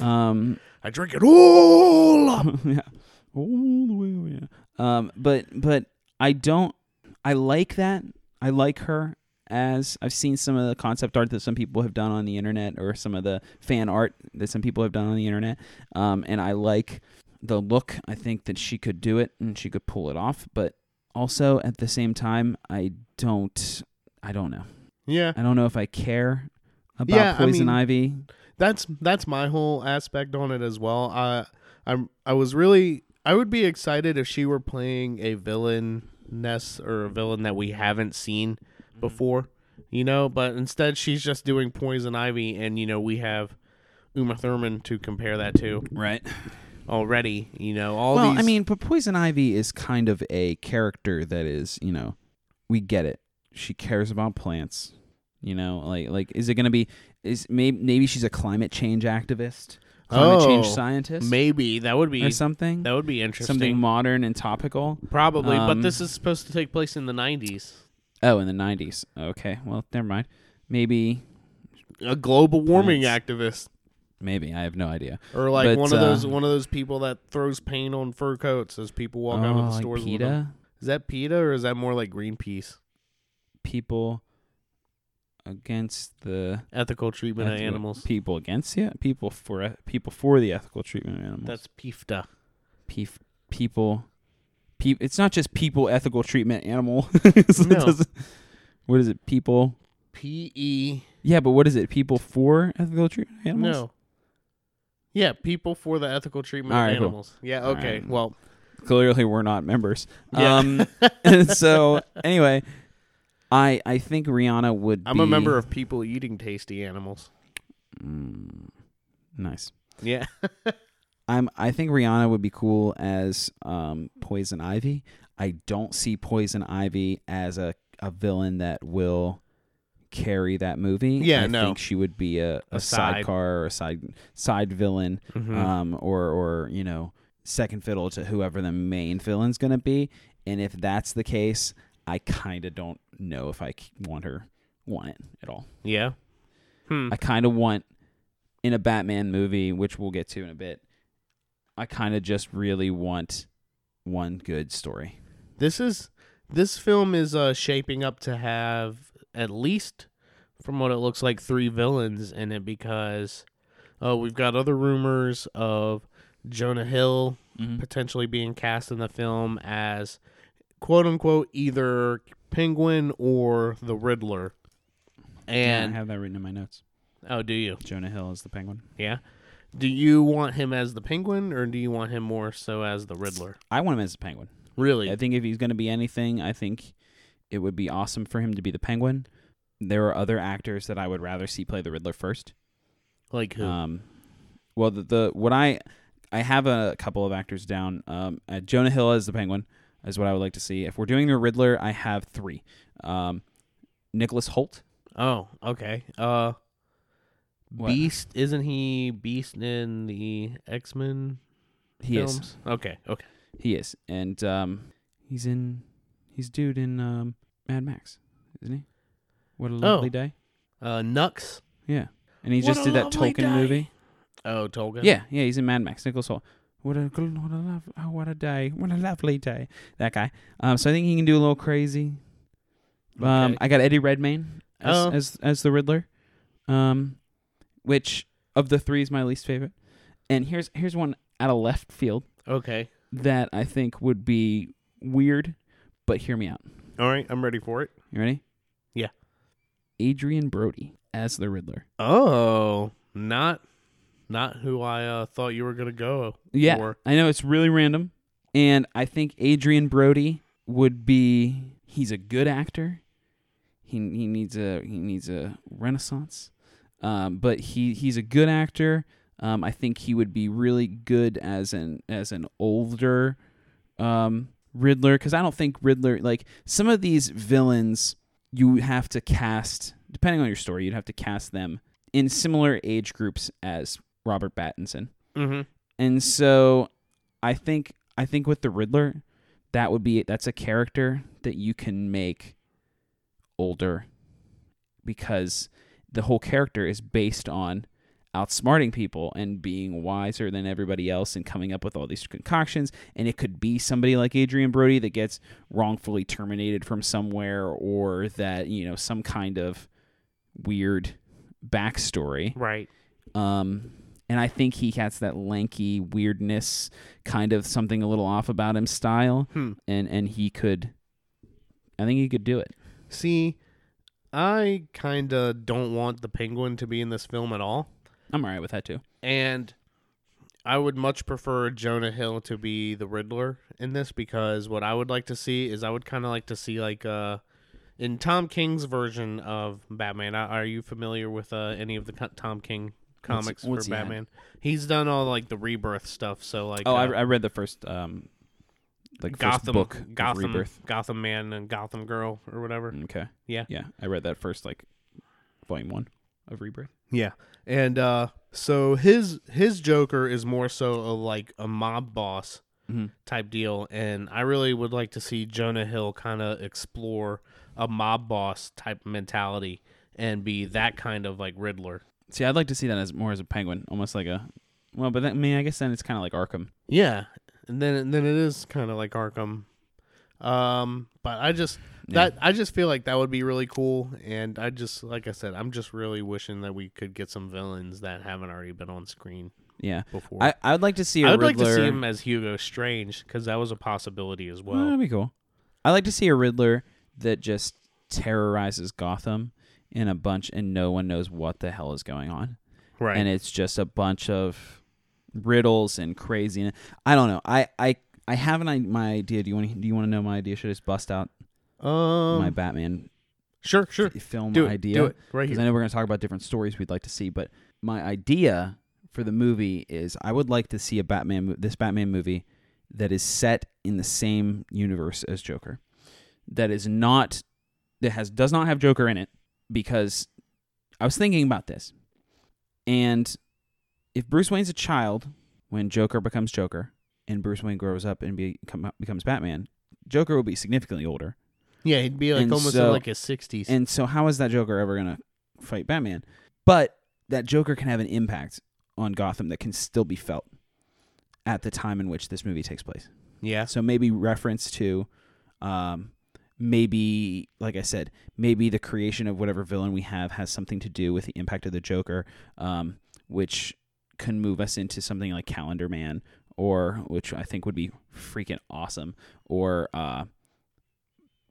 Speaker 1: um,
Speaker 2: I drink it all up.
Speaker 1: [LAUGHS] yeah, all the way over here. Um, but but I don't. I like that. I like her as I've seen some of the concept art that some people have done on the internet, or some of the fan art that some people have done on the internet. Um, and I like the look. I think that she could do it and she could pull it off. But also at the same time, I don't. I don't know.
Speaker 2: Yeah,
Speaker 1: I don't know if I care about
Speaker 2: Yeah, I
Speaker 1: poison
Speaker 2: mean-
Speaker 1: ivy.
Speaker 2: that's that's my whole aspect on it as well. I I'm I was really I would be excited if she were playing a villainess or a villain that we haven't seen before, you know. But instead, she's just doing poison ivy, and you know we have Uma Thurman to compare that to
Speaker 1: Right.
Speaker 2: already. You know all
Speaker 1: well,
Speaker 2: these.
Speaker 1: I mean, but poison ivy is kind of a character that is, you know, we get it. She cares about plants. You know, like like is it going to be is maybe maybe she's a climate change activist, climate change
Speaker 2: Oh,
Speaker 1: scientist
Speaker 2: maybe that would
Speaker 1: or
Speaker 2: be
Speaker 1: something?
Speaker 2: that would be interesting.
Speaker 1: Something modern and topical.
Speaker 2: Probably, but
Speaker 1: Um,
Speaker 2: this is supposed to take place in the '90s.
Speaker 1: Oh, in the 90s. Okay. Well, never mind. Maybe
Speaker 2: A global warming
Speaker 1: Plants.
Speaker 2: activist.
Speaker 1: Maybe I have no idea.
Speaker 2: Or like
Speaker 1: But,
Speaker 2: one of those
Speaker 1: uh,
Speaker 2: one of those people that throws paint on fur coats as people walk out of the
Speaker 1: Oh, like
Speaker 2: stores. with them.
Speaker 1: PETA
Speaker 2: Is that PETA or is that more like Greenpeace?
Speaker 1: people against the
Speaker 2: Ethical treatment
Speaker 1: ethical-
Speaker 2: of animals.
Speaker 1: People against yeah, people for e- people for the ethical treatment of animals.
Speaker 2: That's E PEFTA.
Speaker 1: Peef, people. Pe- it's not just people ethical treatment animal. [LAUGHS] So it
Speaker 2: No.
Speaker 1: doesn't- what is it? People.
Speaker 2: P E.
Speaker 1: Yeah, but what is it? People for ethical treatment of animals.
Speaker 2: No. Yeah, people for the ethical treatment
Speaker 1: All
Speaker 2: of
Speaker 1: right, cool.
Speaker 2: animals. Yeah,
Speaker 1: All
Speaker 2: okay.
Speaker 1: right.
Speaker 2: Well,
Speaker 1: Clearly, we're not members.
Speaker 2: Yeah.
Speaker 1: Um,
Speaker 2: [LAUGHS]
Speaker 1: and so anyway, I I think Rihanna would.
Speaker 2: I'm
Speaker 1: be,
Speaker 2: a member of people eating tasty animals.
Speaker 1: Mm, nice.
Speaker 2: Yeah.
Speaker 1: I'm. I think Rihanna would be cool as um, Poison Ivy. I don't see Poison Ivy as a, a villain that will carry that movie.
Speaker 2: Yeah,
Speaker 1: I
Speaker 2: no.
Speaker 1: think she would be a, a,
Speaker 2: A side. Hmm.
Speaker 1: sidecar or a side side villain,
Speaker 2: Uh,
Speaker 1: um, or or you know second fiddle to whoever the main villain's gonna be. And if that's the case, I kind of don't know if I c- want her want it at all.
Speaker 2: yeah. Hmm.
Speaker 1: I kind of want in a Batman movie, which we'll get to in a bit. I kind of just really want one good story.
Speaker 2: This is this film is uh shaping up to have at least from what it looks like three villains in it because uh we've got other rumors of Jonah Hill
Speaker 1: Mm-hmm.
Speaker 2: potentially being cast in the film as quote unquote either Penguin or the Riddler.
Speaker 1: I
Speaker 2: And
Speaker 1: have that written in my notes.
Speaker 2: oh, do you?
Speaker 1: Jonah Hill is the Penguin.
Speaker 2: Yeah. Do you want him as the Penguin or do you want him more so as the Riddler?
Speaker 1: I want him as the Penguin.
Speaker 2: Really?
Speaker 1: I think if he's going to be anything, I think it would be awesome for him to be the Penguin. There are other actors that I would rather see play the Riddler first.
Speaker 2: Like who?
Speaker 1: Um, well, the, the what I I have a couple of actors down. Um, uh, Jonah Hill as the Penguin is what I would like to see. If we're doing the Riddler, I have three. Um, Nicholas Holt.
Speaker 2: Oh, okay. Uh
Speaker 1: What?
Speaker 2: Beast isn't he Beast in the X Men
Speaker 1: He
Speaker 2: films?
Speaker 1: is.
Speaker 2: Okay, okay.
Speaker 1: He is, and um, he's in. He's dude in um, Mad Max, isn't he? What a lovely day.
Speaker 2: Uh Nux.
Speaker 1: Yeah, and he
Speaker 2: Oh. What
Speaker 1: just
Speaker 2: a
Speaker 1: did that
Speaker 2: lovely
Speaker 1: Tolkien
Speaker 2: day.
Speaker 1: movie.
Speaker 2: Oh, Tolga.
Speaker 1: Yeah, yeah, he's in Mad Max. Nicholas Holt. What a gl- what a love, oh, what a day, what a lovely day. That guy. Um, so I think he can do a little crazy. Um,
Speaker 2: Okay.
Speaker 1: I got Eddie Redmayne as,
Speaker 2: Oh.
Speaker 1: as as the Riddler, um, which of the three is my least favorite. And here's here's one out of left field
Speaker 2: Okay.
Speaker 1: that I think would be weird, but hear me out.
Speaker 2: All right, I'm ready for it.
Speaker 1: You ready?
Speaker 2: Yeah.
Speaker 1: Adrian Brody as the Riddler.
Speaker 2: Oh, not not who I uh, thought you were gonna go.
Speaker 1: Yeah,
Speaker 2: for.
Speaker 1: I know it's really random, and I think Adrian Brody would be. He's a good actor. He he needs a he needs a renaissance, um, but he he's a good actor. Um, I think he would be really good as an as an older um, Riddler because I don't think Riddler like some of these villains you have to cast depending on your story you'd have to cast them in similar age groups as Robert Pattinson.
Speaker 2: Mm-hmm.
Speaker 1: And so I think I think with the Riddler, that would be that's a character that you can make older because the whole character is based on outsmarting people and being wiser than everybody else and coming up with all these concoctions and it could be somebody like Adrian Brody that gets wrongfully terminated from somewhere or that you know some kind of weird backstory
Speaker 2: Right.
Speaker 1: um, and I think he has that lanky weirdness, kind of something a little off about him style,
Speaker 2: Hmm.
Speaker 1: and and he could, I think he could do it.
Speaker 2: See, I kinda don't want the Penguin to be in this film at all,
Speaker 1: I'm alright with that too.
Speaker 2: and I would much prefer Jonah Hill to be the Riddler in this because what I would like to see is I would kind of like to see like uh in Tom King's version of Batman. I- Are you familiar with uh, any of the co- Tom King comics
Speaker 1: what's
Speaker 2: for
Speaker 1: he had?
Speaker 2: Batman? He's done all like the rebirth stuff. So like
Speaker 1: Oh,
Speaker 2: uh,
Speaker 1: I, I read the first um, like
Speaker 2: Gotham
Speaker 1: first book, of
Speaker 2: Gotham
Speaker 1: Rebirth.
Speaker 2: Gotham Man and Gotham Girl or whatever.
Speaker 1: Okay,
Speaker 2: Yeah.
Speaker 1: yeah, I read that first like volume one of Rebirth.
Speaker 2: Yeah. And uh so his his Joker is more so a, like a mob boss
Speaker 1: Mhm.
Speaker 2: type deal and I really would like to see Jonah Hill kind of explore a mob boss type mentality and be that kind of like Riddler.
Speaker 1: See, I'd like to see that as more as a penguin, almost like a. Well, but that, I mean, I guess then it's kind of like Arkham.
Speaker 2: Yeah, and then and then it is kind of like Arkham. Um, but I just
Speaker 1: Yeah.
Speaker 2: that I just feel like that would be really cool, and I just like I said, I'm just really wishing that we could get some villains that haven't already been on screen
Speaker 1: Yeah,
Speaker 2: before.
Speaker 1: I I would like to see. a
Speaker 2: I would
Speaker 1: Riddler.
Speaker 2: like to see him as Hugo Strange because that was a possibility as
Speaker 1: Well,
Speaker 2: well.
Speaker 1: that'd be cool. I like to see a Riddler that just terrorizes Gotham in a bunch, and no one knows what the hell is going on,
Speaker 2: right.
Speaker 1: and it's just a bunch of riddles and craziness. I don't know. I I I have an i- my idea. Do you want to do you want to know my idea? Should I just bust out
Speaker 2: um.
Speaker 1: my Batman
Speaker 2: sure. Sure.
Speaker 1: f- film
Speaker 2: Do it.
Speaker 1: idea?
Speaker 2: Do it right
Speaker 1: because
Speaker 2: here.
Speaker 1: I know we're going to talk about different stories we'd like to see. But my idea for the movie is I would like to see a Batman, mo- this Batman movie that is set in the same universe as Joker, that is not that has does not have Joker in it because I was thinking about this, and if Bruce Wayne's a child when Joker becomes Joker and Bruce Wayne grows up and be, come, becomes Batman, Joker will be significantly older.
Speaker 2: yeah, he'd be like
Speaker 1: and
Speaker 2: almost
Speaker 1: so-
Speaker 2: in like his sixties.
Speaker 1: And so, how is that Joker ever going to fight Batman? But that Joker can have an impact on Gotham that can still be felt at the time in which this movie takes place.
Speaker 2: yeah.
Speaker 1: So, maybe reference to, um, maybe, like I said, maybe the creation of whatever villain we have has something to do with the impact of the Joker, um, which can move us into something like Calendar Man, or which I think would be freaking awesome, or, uh,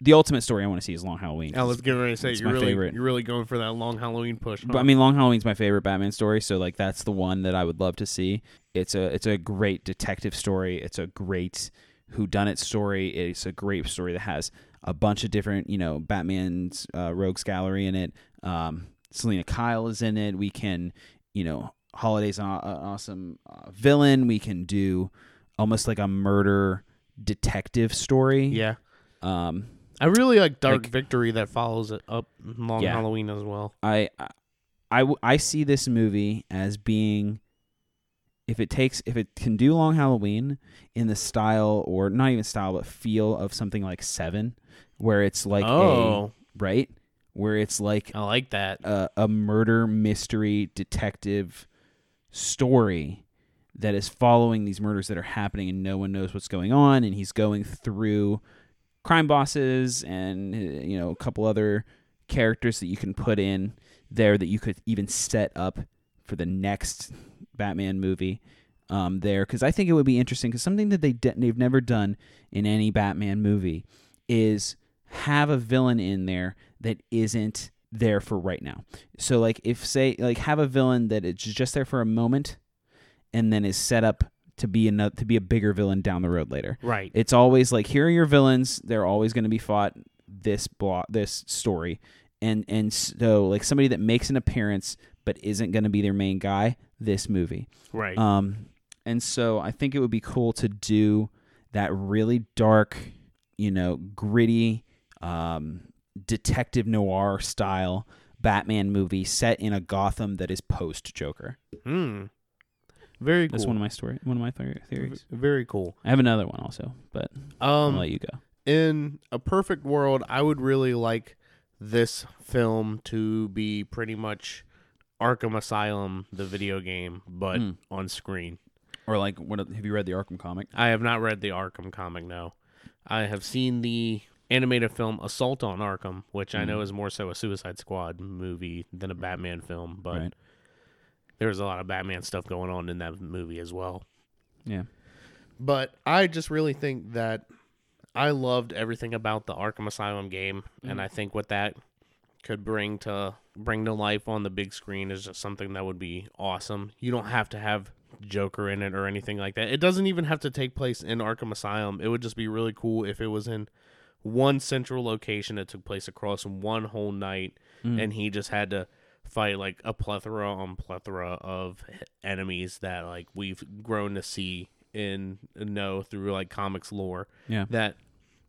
Speaker 1: the ultimate story I want to see is Long Halloween. 'cause
Speaker 2: I was getting ready to say
Speaker 1: it's
Speaker 2: you're
Speaker 1: my
Speaker 2: really
Speaker 1: favorite.
Speaker 2: you're really going for that long Halloween push. huh?
Speaker 1: But I mean, Long Halloween's my favorite Batman story, so like that's the one that I would love to see. It's a it's a great detective story. It's a great whodunit story. It's a great story that has a bunch of different you know Batman's uh, rogues gallery in it. Um, Selena Kyle is in it. We can you know Holiday's an, aw- an awesome uh, villain. We can do almost like a murder detective story.
Speaker 2: yeah,
Speaker 1: Um,
Speaker 2: I really like Dark
Speaker 1: Like-
Speaker 2: Victory that follows it up Long
Speaker 1: Yeah.
Speaker 2: Halloween as well.
Speaker 1: I, I- I, w- I see this movie as being, if it takes, if it can do Long Halloween in the style or not even style, but feel of something like Seven, where it's like
Speaker 2: oh,
Speaker 1: a right, where it's like
Speaker 2: I like that.
Speaker 1: a, uh, a murder mystery detective story that is following these murders that are happening and no one knows what's going on and he's going through crime bosses and uh, you know a couple other characters that you can put in there that you could even set up for the next Batman movie um, there because I think it would be interesting because something that they de- they've never done in any Batman movie is have a villain in there that isn't there for right now. So like if say like have a villain that it's just there for a moment and then is set up to be another to be a bigger villain down the road later.
Speaker 2: right.
Speaker 1: It's always like here are your villains. They're always going to be fought this block, this story, and and so like somebody that makes an appearance but isn't going to be their main guy. This movie,
Speaker 2: right.
Speaker 1: um, and so I think it would be cool to do that really dark, you know, gritty, um, detective noir style Batman movie set in a Gotham that is post Joker.
Speaker 2: Hmm. Very cool.
Speaker 1: That's one of my story, one of my theor-
Speaker 2: V-
Speaker 1: theories.
Speaker 2: Very cool.
Speaker 1: I have another one also, but I'll let
Speaker 2: Um,
Speaker 1: you go.
Speaker 2: in a perfect world, I would really like this film to be pretty much Arkham Asylum, the video game, but
Speaker 1: Mm.
Speaker 2: on screen.
Speaker 1: Or like, what have you read the Arkham comic?
Speaker 2: I have not read the Arkham comic. No, I have seen the animated film Assault on Arkham, which I know is more so a Suicide Squad movie than a Batman film, but
Speaker 1: Right.
Speaker 2: there's a lot of Batman stuff going on in that movie as well.
Speaker 1: Yeah.
Speaker 2: But I just really think that I loved everything about the Arkham Asylum game, and I think what that could bring to bring to life on the big screen is just something that would be awesome. You don't have to have Joker in it or anything like that. It doesn't even have to take place in Arkham Asylum. It would just be really cool if it was in one central location that took place across one whole night and he just had to fight like a plethora on plethora of h- enemies that like we've grown to see and know through like comics lore
Speaker 1: Yeah.
Speaker 2: that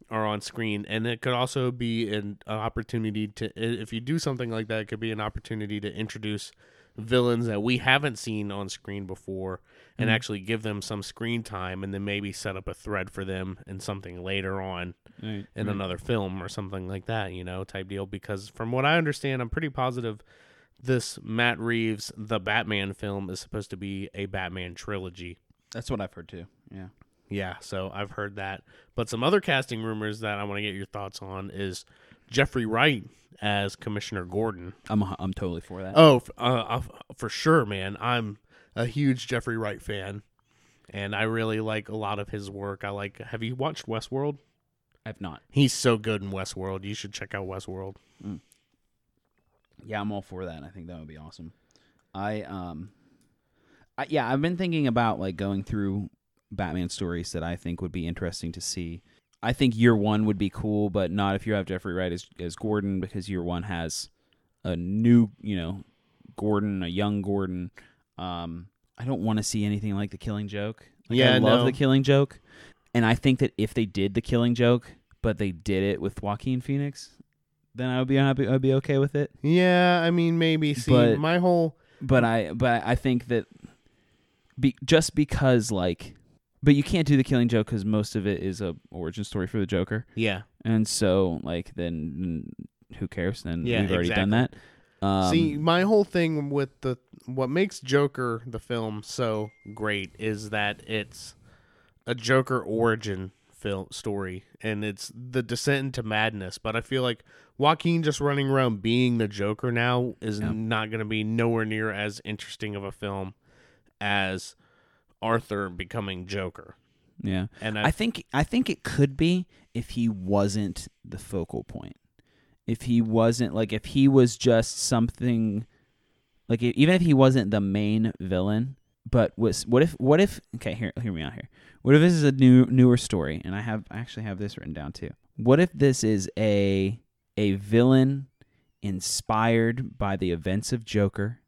Speaker 2: are on screen and it could also be an, an opportunity to i- if you do something like that it could be an opportunity to introduce villains that we haven't seen on screen before and actually give them some screen time and then maybe set up a thread for them in something later on in another film or something like that, you know, type deal. Because from what I understand, I'm pretty positive this Matt Reeves the Batman film is supposed to be a Batman trilogy.
Speaker 1: That's what I've heard too. Yeah.
Speaker 2: Yeah, so I've heard that. But some other casting rumors that I want to get your thoughts on is Jeffrey Wright as Commissioner Gordon.
Speaker 1: I'm I'm totally for that.
Speaker 2: Oh, f- uh, uh, f- for sure, man. I'm a huge Jeffrey Wright fan, and I really like a lot of his work. I like. Have you watched Westworld?
Speaker 1: I've not.
Speaker 2: He's so good in Westworld. You should check out Westworld.
Speaker 1: Yeah, I'm all for that. I think that would be awesome. I um I, yeah, I've been thinking about like going through Batman stories that I think would be interesting to see. I think year 1 would be cool, but not if you have Jeffrey Wright as as Gordon because year 1 has a new, you know, Gordon, a young Gordon. Um I don't want to see anything like The Killing Joke. Like, I
Speaker 2: Yeah,
Speaker 1: love
Speaker 2: no.
Speaker 1: The Killing Joke. And I think that if they did The Killing Joke, but they did it with Joaquin Phoenix, then I would be happy, I'd be okay with it.
Speaker 2: Yeah, I mean, maybe. See,
Speaker 1: But-
Speaker 2: my whole
Speaker 1: but I but I think that be, just because like but you can't do the killing joke because most of it is a origin story for the Joker,
Speaker 2: yeah.
Speaker 1: and so like then who cares? Then
Speaker 2: Yeah,
Speaker 1: we've already done that. Um,
Speaker 2: see, my whole thing with the what makes Joker the film so great is that it's a Joker origin film story, and it's the descent into madness. But I feel like Joaquin just running around being the Joker now is
Speaker 1: Yeah.
Speaker 2: not going to be nowhere near as interesting of a film as Arthur becoming Joker.
Speaker 1: yeah,
Speaker 2: And I,
Speaker 1: I think I think it could be if he wasn't the focal point. If he wasn't like if he was just something like e- even if he wasn't the main villain, but was what if what if okay, here hear me out here. What if this is a new newer story and I have I actually have this written down too. What if this is a a villain inspired by the events of Joker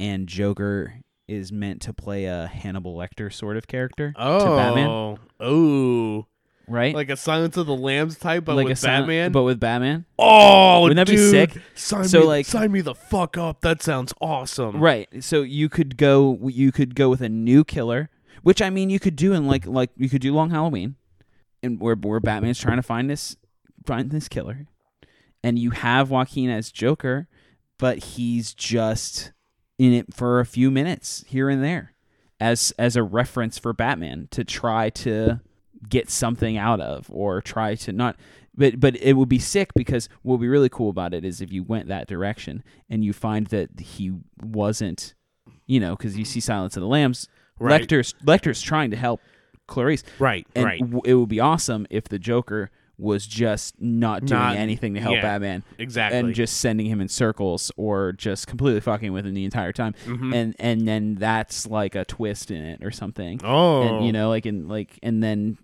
Speaker 1: and Joker is meant to play a Hannibal Lecter sort of character to Batman?
Speaker 2: oh, oh,
Speaker 1: right?
Speaker 2: like a Silence of the Lambs type, but with
Speaker 1: silent-
Speaker 2: Batman.
Speaker 1: but with Batman,
Speaker 2: Oh,
Speaker 1: Wouldn't that be
Speaker 2: dude,
Speaker 1: sick?
Speaker 2: Sign
Speaker 1: So,
Speaker 2: me,
Speaker 1: like-
Speaker 2: sign me the fuck up. That sounds awesome.
Speaker 1: right? So you could go, you could go with a new killer, which I mean, you could do in like like you could do Long Halloween, and where where Batman's trying to find this find this killer, and you have Joaquin as Joker, but he's just in it for a few minutes here and there, as as a reference for Batman to try to get something out of or try to not but but it would be sick because what would be really cool about it is if you went that direction and you find that he wasn't you know because you see silence of the lambs
Speaker 2: Right.
Speaker 1: lecter's lecter's trying to help clarice
Speaker 2: Right,
Speaker 1: and
Speaker 2: right.
Speaker 1: w- it would be awesome if the joker was just not doing
Speaker 2: Not-
Speaker 1: anything to help
Speaker 2: yeah,
Speaker 1: batman
Speaker 2: exactly.
Speaker 1: and just sending him in circles or just completely fucking with him the entire time
Speaker 2: Mm-hmm.
Speaker 1: and and then that's like a twist in it or something
Speaker 2: Oh,
Speaker 1: and you know like and like and then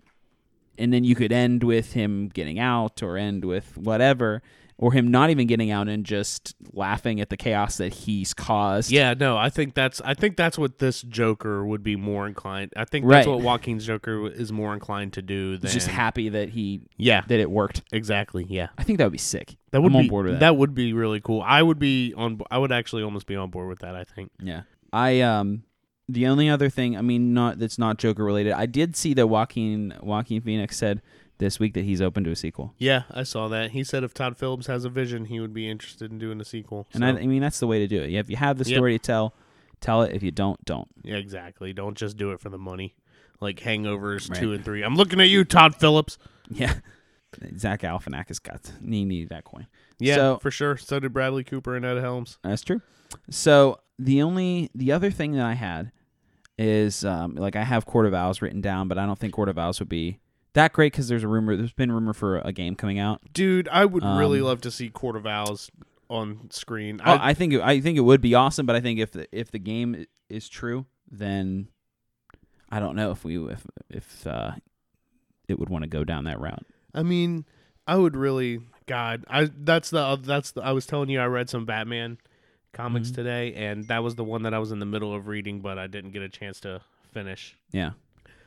Speaker 1: and then you could end with him getting out or end with whatever or him not even getting out and just laughing at the chaos that he's caused
Speaker 2: Yeah, no, I think that's I think that's what this Joker would be more inclined. I think that's
Speaker 1: Right.
Speaker 2: what Joaquin's Joker w- is more inclined to do than
Speaker 1: He's just happy that he
Speaker 2: Yeah,
Speaker 1: that it worked
Speaker 2: exactly. Yeah,
Speaker 1: i think that would be sick
Speaker 2: that would
Speaker 1: I'm
Speaker 2: be
Speaker 1: on board with that.
Speaker 2: would be really cool. I would be on. bo- I would actually almost be on board with that. I think.
Speaker 1: yeah i um the only other thing i mean not that's not joker related i did see that joaquin joaquin phoenix said this week that he's open to a sequel
Speaker 2: Yeah, I saw that. He said if Todd Phillips has a vision, he would be interested in doing a sequel.
Speaker 1: and I, I mean that's the way to do it if you have the
Speaker 2: Yep.
Speaker 1: story to tell tell it if you don't don't [LAUGHS]
Speaker 2: Yeah, exactly. Don't just do it for the money. Like Hangovers
Speaker 1: Right.
Speaker 2: two and three. I'm looking at you, Todd Phillips.
Speaker 1: Yeah. Zach Galifianakis got he needed that coin.
Speaker 2: Yeah,
Speaker 1: So-
Speaker 2: for sure. So did Bradley Cooper and Ed Helms.
Speaker 1: That's true. So the only the other thing that I had is um, like I have Court of Owls written down, but I don't think Court of Owls would be that great because there's a rumor. There's been rumor for a game coming out.
Speaker 2: Dude, I would really
Speaker 1: Um,
Speaker 2: love to see Court of Owls on screen.
Speaker 1: Oh,
Speaker 2: I,
Speaker 1: I think it, I think it would be awesome, but I think if the, if the game i- is true, then I don't know if we if if uh, it would want to go down that route.
Speaker 2: I mean, I would really. God, I that's the that's the. I was telling you, I read some Batman comics
Speaker 1: Mhm.
Speaker 2: today, and that was the one that I was in the middle of reading, but I didn't get a chance to finish.
Speaker 1: Yeah.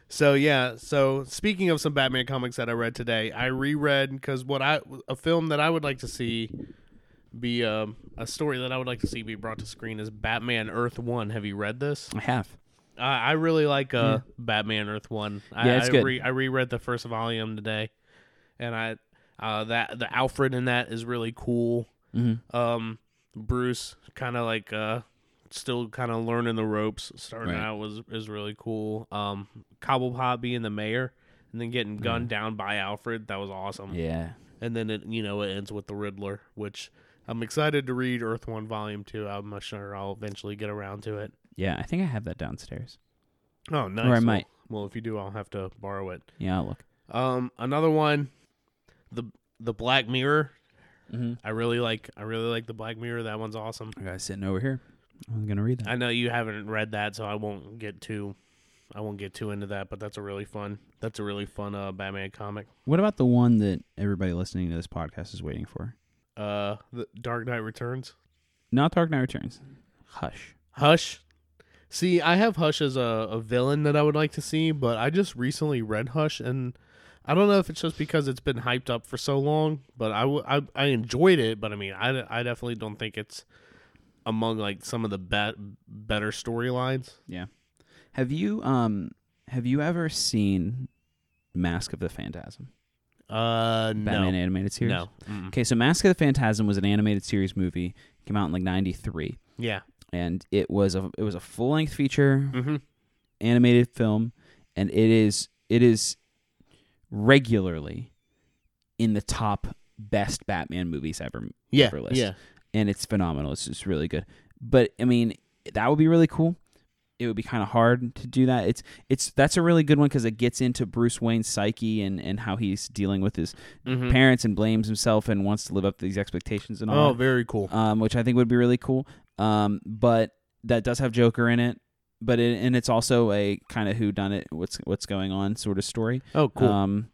Speaker 2: So yeah, so speaking of some Batman comics that I read today, I reread because what I a film that I would like to see be um, a story that I would like to see be brought to screen is Batman Earth One. Have you read this?
Speaker 1: I have.
Speaker 2: I, I really like uh, Batman Earth One. I,
Speaker 1: Mm. Yeah, it's
Speaker 2: I,
Speaker 1: good.
Speaker 2: Re- I reread the first volume today, and I uh, that the Alfred in that is really cool.
Speaker 1: Mhm.
Speaker 2: Um, Bruce kind of like uh still kind of learning the ropes starting
Speaker 1: Right.
Speaker 2: out was is really cool. Um Cobblepot being the mayor and then getting gunned down by Alfred, that was awesome.
Speaker 1: Mm. Yeah.
Speaker 2: And then it you know it ends with the Riddler, which I'm excited to read Earth 1 volume 2. I'm sure I'll eventually get around to it.
Speaker 1: Yeah, I think I have that downstairs.
Speaker 2: Oh, nice.
Speaker 1: Or I
Speaker 2: Well-
Speaker 1: might.
Speaker 2: Well, if you do, I'll have to borrow it.
Speaker 1: Yeah, I'll look.
Speaker 2: Um another one the the Black Mirror.
Speaker 1: Mm-hmm.
Speaker 2: I really like I really like the Black Mirror. That one's awesome.
Speaker 1: I got sitting over here. I'm gonna read that.
Speaker 2: I know you haven't read that, so I won't get too I won't get too into that, but that's a really fun that's a really fun uh Batman comic.
Speaker 1: What about the one that everybody listening to this podcast is waiting for?
Speaker 2: Uh The Dark Knight Returns.
Speaker 1: Not Dark Knight Returns. Hush.
Speaker 2: Hush. See, I have Hush as a, a villain that I would like to see, but I just recently read Hush and I don't know if it's just because it's been hyped up for so long, but I w- I, I enjoyed it, but I mean, I, I definitely don't think it's among like some of the be- better storylines.
Speaker 1: Have you um have you ever seen Mask of the Phantasm?
Speaker 2: Uh no.
Speaker 1: Batman animated series?
Speaker 2: no. Mm-mm.
Speaker 1: Okay, so Mask of the Phantasm was an animated series movie. Came out in like ninety three.
Speaker 2: Yeah.
Speaker 1: And it was a it was a full length feature
Speaker 2: Mhm.
Speaker 1: animated film and it is it is regularly in the top best Batman movies ever
Speaker 2: Yeah.
Speaker 1: cover list.
Speaker 2: Yeah.
Speaker 1: and it's phenomenal. It's just really good. But I mean, that would be really cool. It would be kind of hard to do that. It's it's that's a really good one because it gets into Bruce Wayne's psyche and and how he's dealing with his
Speaker 2: Mhm.
Speaker 1: parents and blames himself and wants to live up to these expectations and all.
Speaker 2: Oh, very cool.
Speaker 1: that, um, which I think would be really cool. Um, but that does have Joker in it. But it, and it's also a kind of who done it, what's what's going on sort of story.
Speaker 2: Oh, cool.
Speaker 1: Um,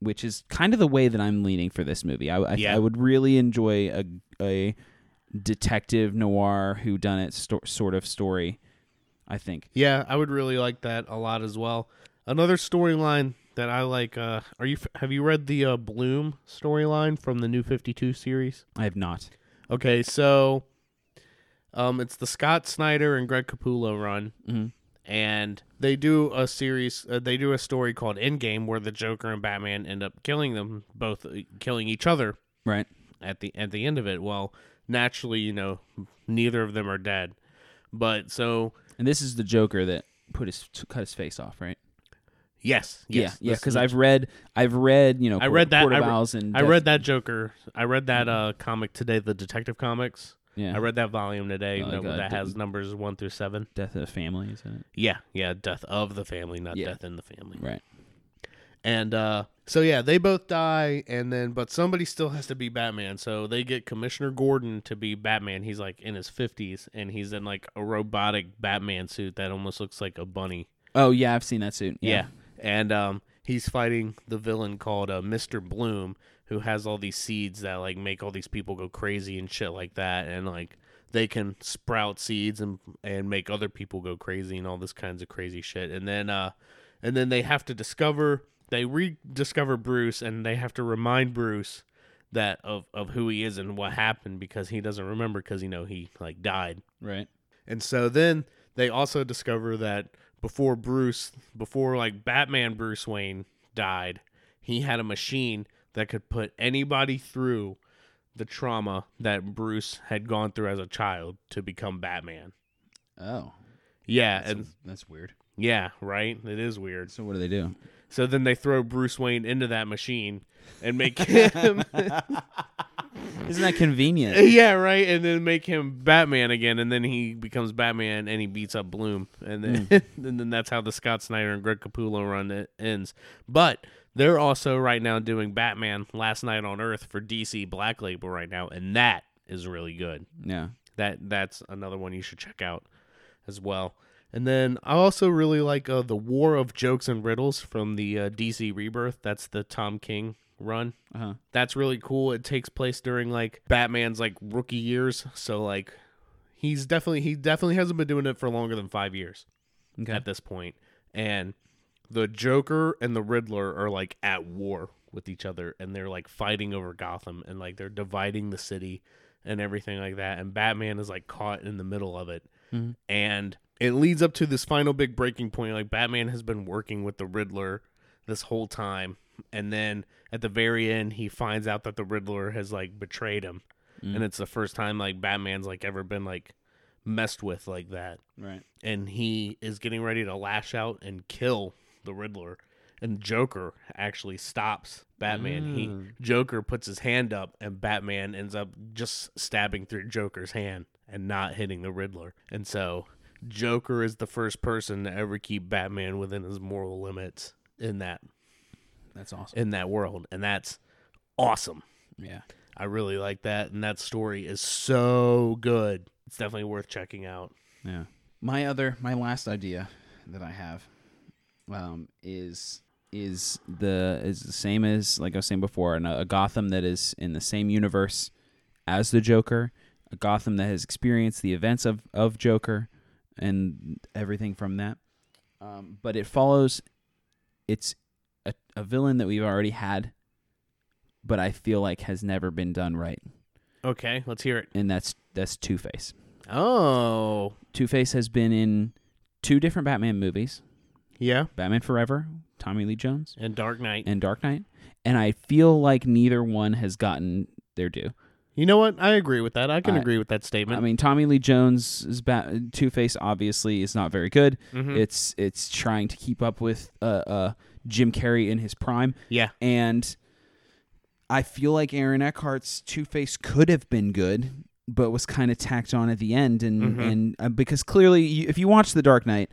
Speaker 1: which is kind of the way that I'm leaning for this movie. I, I,
Speaker 2: Yeah.
Speaker 1: I would really enjoy a, a detective noir who done it sto- sort of story. I think.
Speaker 2: yeah, I would really like that a lot as well. Another storyline that I like. Uh, are you f- have you read the uh, Bloom storyline from the New Fifty Two series?
Speaker 1: I have not.
Speaker 2: Okay, so um, it's the Scott Snyder and Greg Capullo run,
Speaker 1: Mhm.
Speaker 2: and they do a series. Uh, they do a story called Endgame, where the Joker and Batman end up killing them both, uh, killing each other.
Speaker 1: Right.
Speaker 2: at the at the end of it. Well, naturally, you know, neither of them are dead. But so
Speaker 1: And this is the Joker that put his t- cut his face off, right?
Speaker 2: yes, yes,
Speaker 1: yeah, yeah.
Speaker 2: this
Speaker 1: Because
Speaker 2: is-
Speaker 1: I've read, I've read, you know,
Speaker 2: I read that-
Speaker 1: Court of
Speaker 2: I re-
Speaker 1: Owls and
Speaker 2: I
Speaker 1: Death-
Speaker 2: read that Joker. I read that uh comic today, the Detective Comics.
Speaker 1: Mm-hmm. yeah,
Speaker 2: I read that volume today
Speaker 1: Like,
Speaker 2: that,
Speaker 1: uh,
Speaker 2: that
Speaker 1: d-
Speaker 2: has numbers one through seven.
Speaker 1: Death of the Family, is it?
Speaker 2: Yeah, yeah, death of the family, not
Speaker 1: Yeah.
Speaker 2: death in the family.
Speaker 1: Right.
Speaker 2: And uh so yeah, they both die, and then but somebody still has to be Batman. So they get Commissioner Gordon to be Batman. He's like in his fifties, and he's in like a robotic Batman suit that almost looks like a bunny.
Speaker 1: Oh yeah, I've seen that suit.
Speaker 2: Yeah. And um, he's fighting the villain called uh, Mr. Bloom, who has all these seeds that like make all these people go crazy and shit like that. And like they can sprout seeds and and make other people go crazy and all this kinds of crazy shit. And then uh, and then they have to discover they rediscover Bruce and they have to remind Bruce that of of who he is and what happened because he doesn't remember because you know he like died.
Speaker 1: Right.
Speaker 2: And so then they also discover that before Bruce, before like Batman Bruce Wayne died, he had a machine that could put anybody through the trauma that Bruce had gone through as a child to become Batman.
Speaker 1: Oh,
Speaker 2: Yeah,
Speaker 1: that's,
Speaker 2: and
Speaker 1: that's weird.
Speaker 2: yeah, right? It is weird.
Speaker 1: So what do they do?
Speaker 2: So then they throw Bruce Wayne into that machine and make him
Speaker 1: Isn't that convenient?
Speaker 2: Yeah, right. And then make him Batman again, and then he becomes Batman, and he beats up Bloom, and then [LAUGHS] and then that's how the Scott Snyder and Greg Capullo run it ends. But they're also right now doing Batman Last Night on Earth for DC Black Label right now, and that is really good.
Speaker 1: [LAUGHS] yeah.
Speaker 2: That that's another one you should check out as well. And then I also really like uh, the War of Jokes and Riddles from the uh, DC Rebirth. That's the Tom King run
Speaker 1: Uh huh.
Speaker 2: that's really cool. It takes place during like Batman's like rookie years, so like he's definitely he definitely hasn't been doing it for longer than 5 years
Speaker 1: Okay.
Speaker 2: at this point. And the Joker and the Riddler are like at war with each other and they're like fighting over Gotham and like they're dividing the city and everything like that and Batman is like caught in the middle of it.
Speaker 1: Mhm.
Speaker 2: And it leads up to this final big breaking point like Batman has been working with the Riddler this whole time and then at the very end he finds out that the Riddler has like betrayed him
Speaker 1: Mm.
Speaker 2: and it's the first time like Batman's like ever been like messed with like that.
Speaker 1: Right.
Speaker 2: and he is getting ready to lash out and kill the Riddler. And Joker actually stops Batman. He Joker puts his hand up, and Batman ends up just stabbing through Joker's hand and not hitting the Riddler. And so Joker is the first person to ever keep Batman within his moral limits in that
Speaker 1: That's awesome.
Speaker 2: in that world, and that's awesome.
Speaker 1: yeah.
Speaker 2: I really like that, and that story is so good. It's definitely worth checking out.
Speaker 1: Yeah. My other, my last idea that I have um, is is the is the same as like I was saying before, and a, a Gotham that is in the same universe as the Joker, a Gotham that has experienced the events of of Joker and everything from that. Um, but it follows. It's a, a villain that we've already had, but I feel like has never been done right,
Speaker 2: Okay, let's hear it.
Speaker 1: and that's that's Two Face.
Speaker 2: Oh,
Speaker 1: Two Face has been in two different Batman movies
Speaker 2: yeah.
Speaker 1: Batman Forever, Tommy Lee Jones,
Speaker 2: and Dark Knight.
Speaker 1: and Dark Knight. And I feel like neither one has gotten their due.
Speaker 2: You know what? I agree with that. I can
Speaker 1: I-
Speaker 2: agree with that statement.
Speaker 1: I mean, Tommy Lee Jones' Bat- Two Face obviously is not very good.
Speaker 2: Mhm.
Speaker 1: It's it's trying to keep up with uh, uh, Jim Carrey in his prime,
Speaker 2: yeah,
Speaker 1: and I feel like Aaron Eckhart's Two Face could have been good, but was kind of tacked on at the end, and
Speaker 2: Mhm.
Speaker 1: and uh, because clearly, you, if you watch The Dark Knight,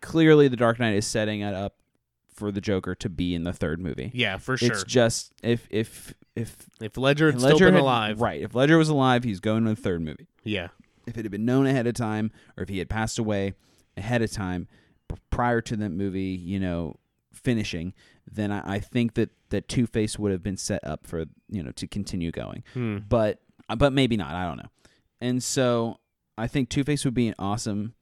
Speaker 1: clearly The Dark Knight is setting it up for the Joker to be in the third movie.
Speaker 2: yeah, for sure.
Speaker 1: It's just if if if
Speaker 2: if Ledger had
Speaker 1: Ledger
Speaker 2: still been
Speaker 1: had-
Speaker 2: alive,
Speaker 1: right? If Ledger was alive, he's going to the third movie.
Speaker 2: yeah,
Speaker 1: If it had been known ahead of time, or if he had passed away ahead of time p- prior to that movie, you know, finishing, then I, I think that that Two Face would have been set up for you know to continue going.
Speaker 2: Hmm.
Speaker 1: But uh, but maybe not. I don't know. And so I think Two Face would be an awesome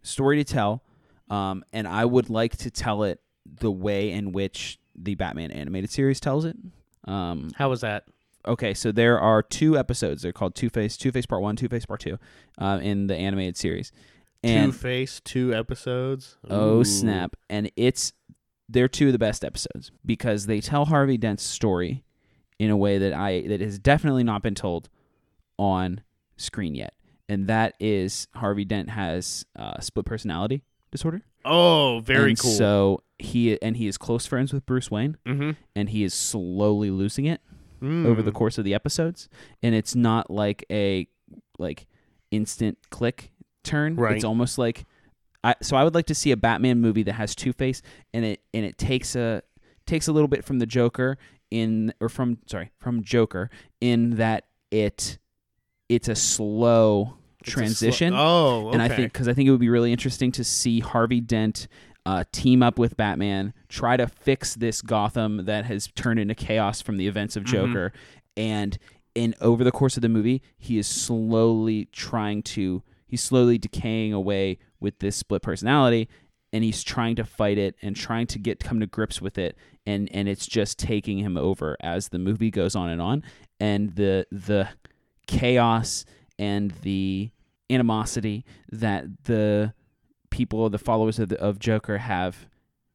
Speaker 1: story to tell, um, and I would like to tell it the way in which the Batman animated series tells it. Um,
Speaker 2: How was that?
Speaker 1: okay, so there are two episodes. They're called Two Face, Two Face Part One, Two Face Part Two, uh, in the animated series.
Speaker 2: Two
Speaker 1: And
Speaker 2: Face, two episodes.
Speaker 1: oh
Speaker 2: Ooh.
Speaker 1: snap! And it's they're two of the best episodes because they tell Harvey Dent's story in a way that I that has definitely not been told on screen yet, and that is Harvey Dent has uh, split personality disorder.
Speaker 2: Oh, very
Speaker 1: And
Speaker 2: cool.
Speaker 1: So he and he is close friends with Bruce Wayne,
Speaker 2: mm-hmm. Hmm.
Speaker 1: and he is slowly losing it over
Speaker 2: Mm.
Speaker 1: the course of the episodes and it's not like a like instant click turn
Speaker 2: Right.
Speaker 1: it's almost like I, so I would like to see a Batman movie that has Two Face and it and it takes a takes a little bit from the Joker in or from sorry from Joker in that it it's a slow transition
Speaker 2: oh, okay.
Speaker 1: and I think because I think it would be really interesting to see Harvey Dent uh, team up with Batman, try to fix this Gotham that has turned into chaos from the events of Joker, and in over the course of the movie, he is slowly trying to he's slowly decaying away with this split personality, and he's trying to fight it and trying to get come to grips with it, and and it's just taking him over as the movie goes on and on, and the the chaos and the animosity that the people, the followers of, the, of Joker have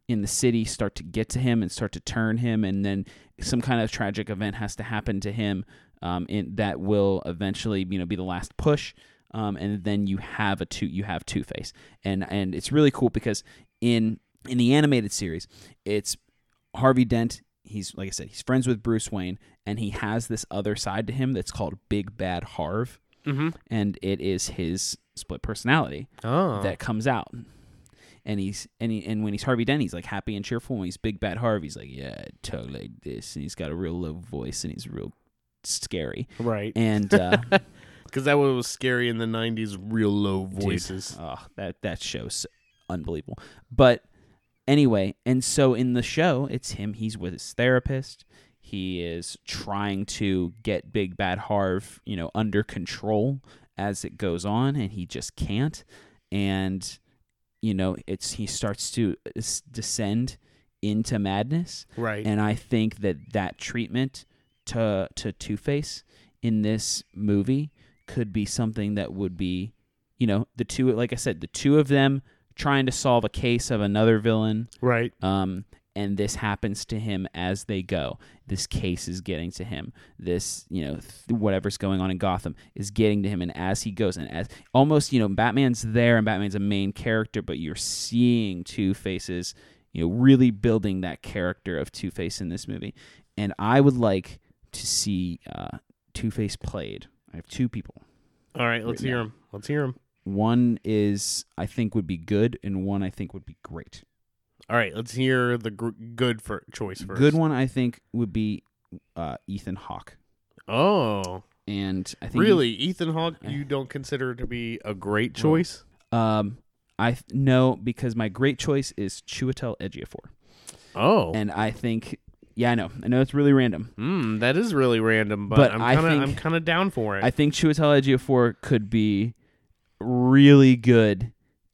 Speaker 1: in the city start to get to him and start to turn him, and then some kind of tragic event has to happen to him um, in, that will eventually, you know, be the last push. Um, and then you have a two, you have Two Face, and and it's really cool because in in the animated series, it's Harvey Dent. He's like I said, he's friends with Bruce Wayne, and he has this other side to him that's called Big Bad Harv,
Speaker 2: Mhm.
Speaker 1: and it is his split personality
Speaker 2: Oh,
Speaker 1: that comes out. And he's and he, and when he's Harvey Dent, he's like happy and cheerful. When he's Big Bad Harvey, he's like yeah, I tug like this, and he's got a real low voice, and he's real scary.
Speaker 2: right.
Speaker 1: And uh,
Speaker 2: Because that was scary in the '90s. Real low
Speaker 1: dude,
Speaker 2: voices.
Speaker 1: oh, that that show's unbelievable. But anyway, and so in the show, it's him. He's with his therapist. He is trying to get Big Bad Harv, you know, under control as it goes on, and he just can't. And you know, it's he starts to uh, s- descend into madness
Speaker 2: right.
Speaker 1: and I think that that treatment to to Two Face in this movie could be something that would be, you know, the two like I said, the two of them trying to solve a case of another villain,
Speaker 2: right.
Speaker 1: um, and this happens to him as they go. This case is getting to him. This, you know, th- whatever's going on in Gotham is getting to him, and as he goes, and as almost, you know, Batman's there, and Batman's a main character, but you're seeing Two Faces, you know, really building that character of Two Face in this movie, and I would like to see uh, Two Face played. I have two people.
Speaker 2: All right, let's
Speaker 1: Written
Speaker 2: hear him. Let's hear him.
Speaker 1: One is I think would be good, and one I think would be great.
Speaker 2: All right, let's hear the gr- good for choice first.
Speaker 1: Good one I think would be uh, Ethan Hawke,
Speaker 2: Oh,
Speaker 1: and I think
Speaker 2: really, Ethan Hawke? You don't consider to be a great choice?
Speaker 1: um, I th- no because my great choice is Chiwetel Ejiofor,
Speaker 2: Oh,
Speaker 1: and I think yeah I know I know it's really random.
Speaker 2: mm, that is really random, but,
Speaker 1: But
Speaker 2: I'm
Speaker 1: I
Speaker 2: kind of
Speaker 1: think-
Speaker 2: I'm kind of down for it.
Speaker 1: I think Chiwetel Ejiofor could be really good.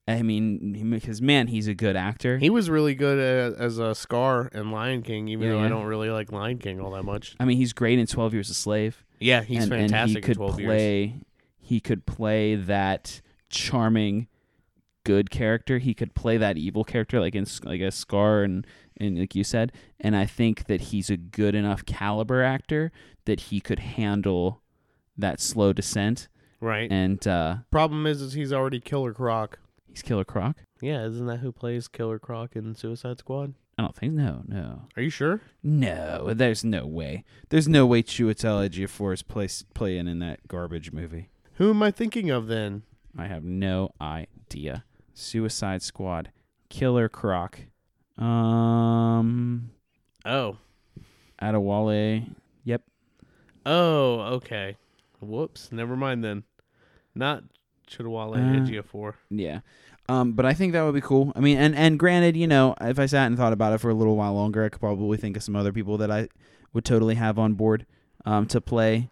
Speaker 1: I mean, because man, he's a good actor.
Speaker 2: he was really good a- as a Scar in Lion King, even
Speaker 1: Yeah,
Speaker 2: though I
Speaker 1: yeah.
Speaker 2: don't really like Lion King all that much.
Speaker 1: I mean, he's great in Twelve Years a Slave.
Speaker 2: Yeah, he's
Speaker 1: and,
Speaker 2: fantastic
Speaker 1: And he
Speaker 2: in
Speaker 1: could
Speaker 2: 12 years.
Speaker 1: play. He could play that charming, good character. He could play that evil character, like in S- like a Scar and and like you said. And I think that he's a good enough caliber actor that he could handle that slow descent.
Speaker 2: Right.
Speaker 1: And uh,
Speaker 2: Problem is, is he's already Killer Croc.
Speaker 1: he's Killer Croc.
Speaker 2: Yeah, isn't that who plays Killer Croc in Suicide Squad?
Speaker 1: I don't think no, no,
Speaker 2: Are you sure?
Speaker 1: no. There's no way. There's no way Chiwetel Ejiofor is place, playing in that garbage movie.
Speaker 2: Who am I thinking of then?
Speaker 1: I have no idea. Suicide Squad, Killer Croc, um,
Speaker 2: Oh,
Speaker 1: Adewale. Yep,
Speaker 2: oh, okay. Whoops, never mind then. Not Chidawale
Speaker 1: Uh,
Speaker 2: Ejiofor.
Speaker 1: yeah. Um, but I think that would be cool. I mean, and and granted, you know, if I sat and thought about it for a little while longer, I could probably think of some other people that I would totally have on board um, to play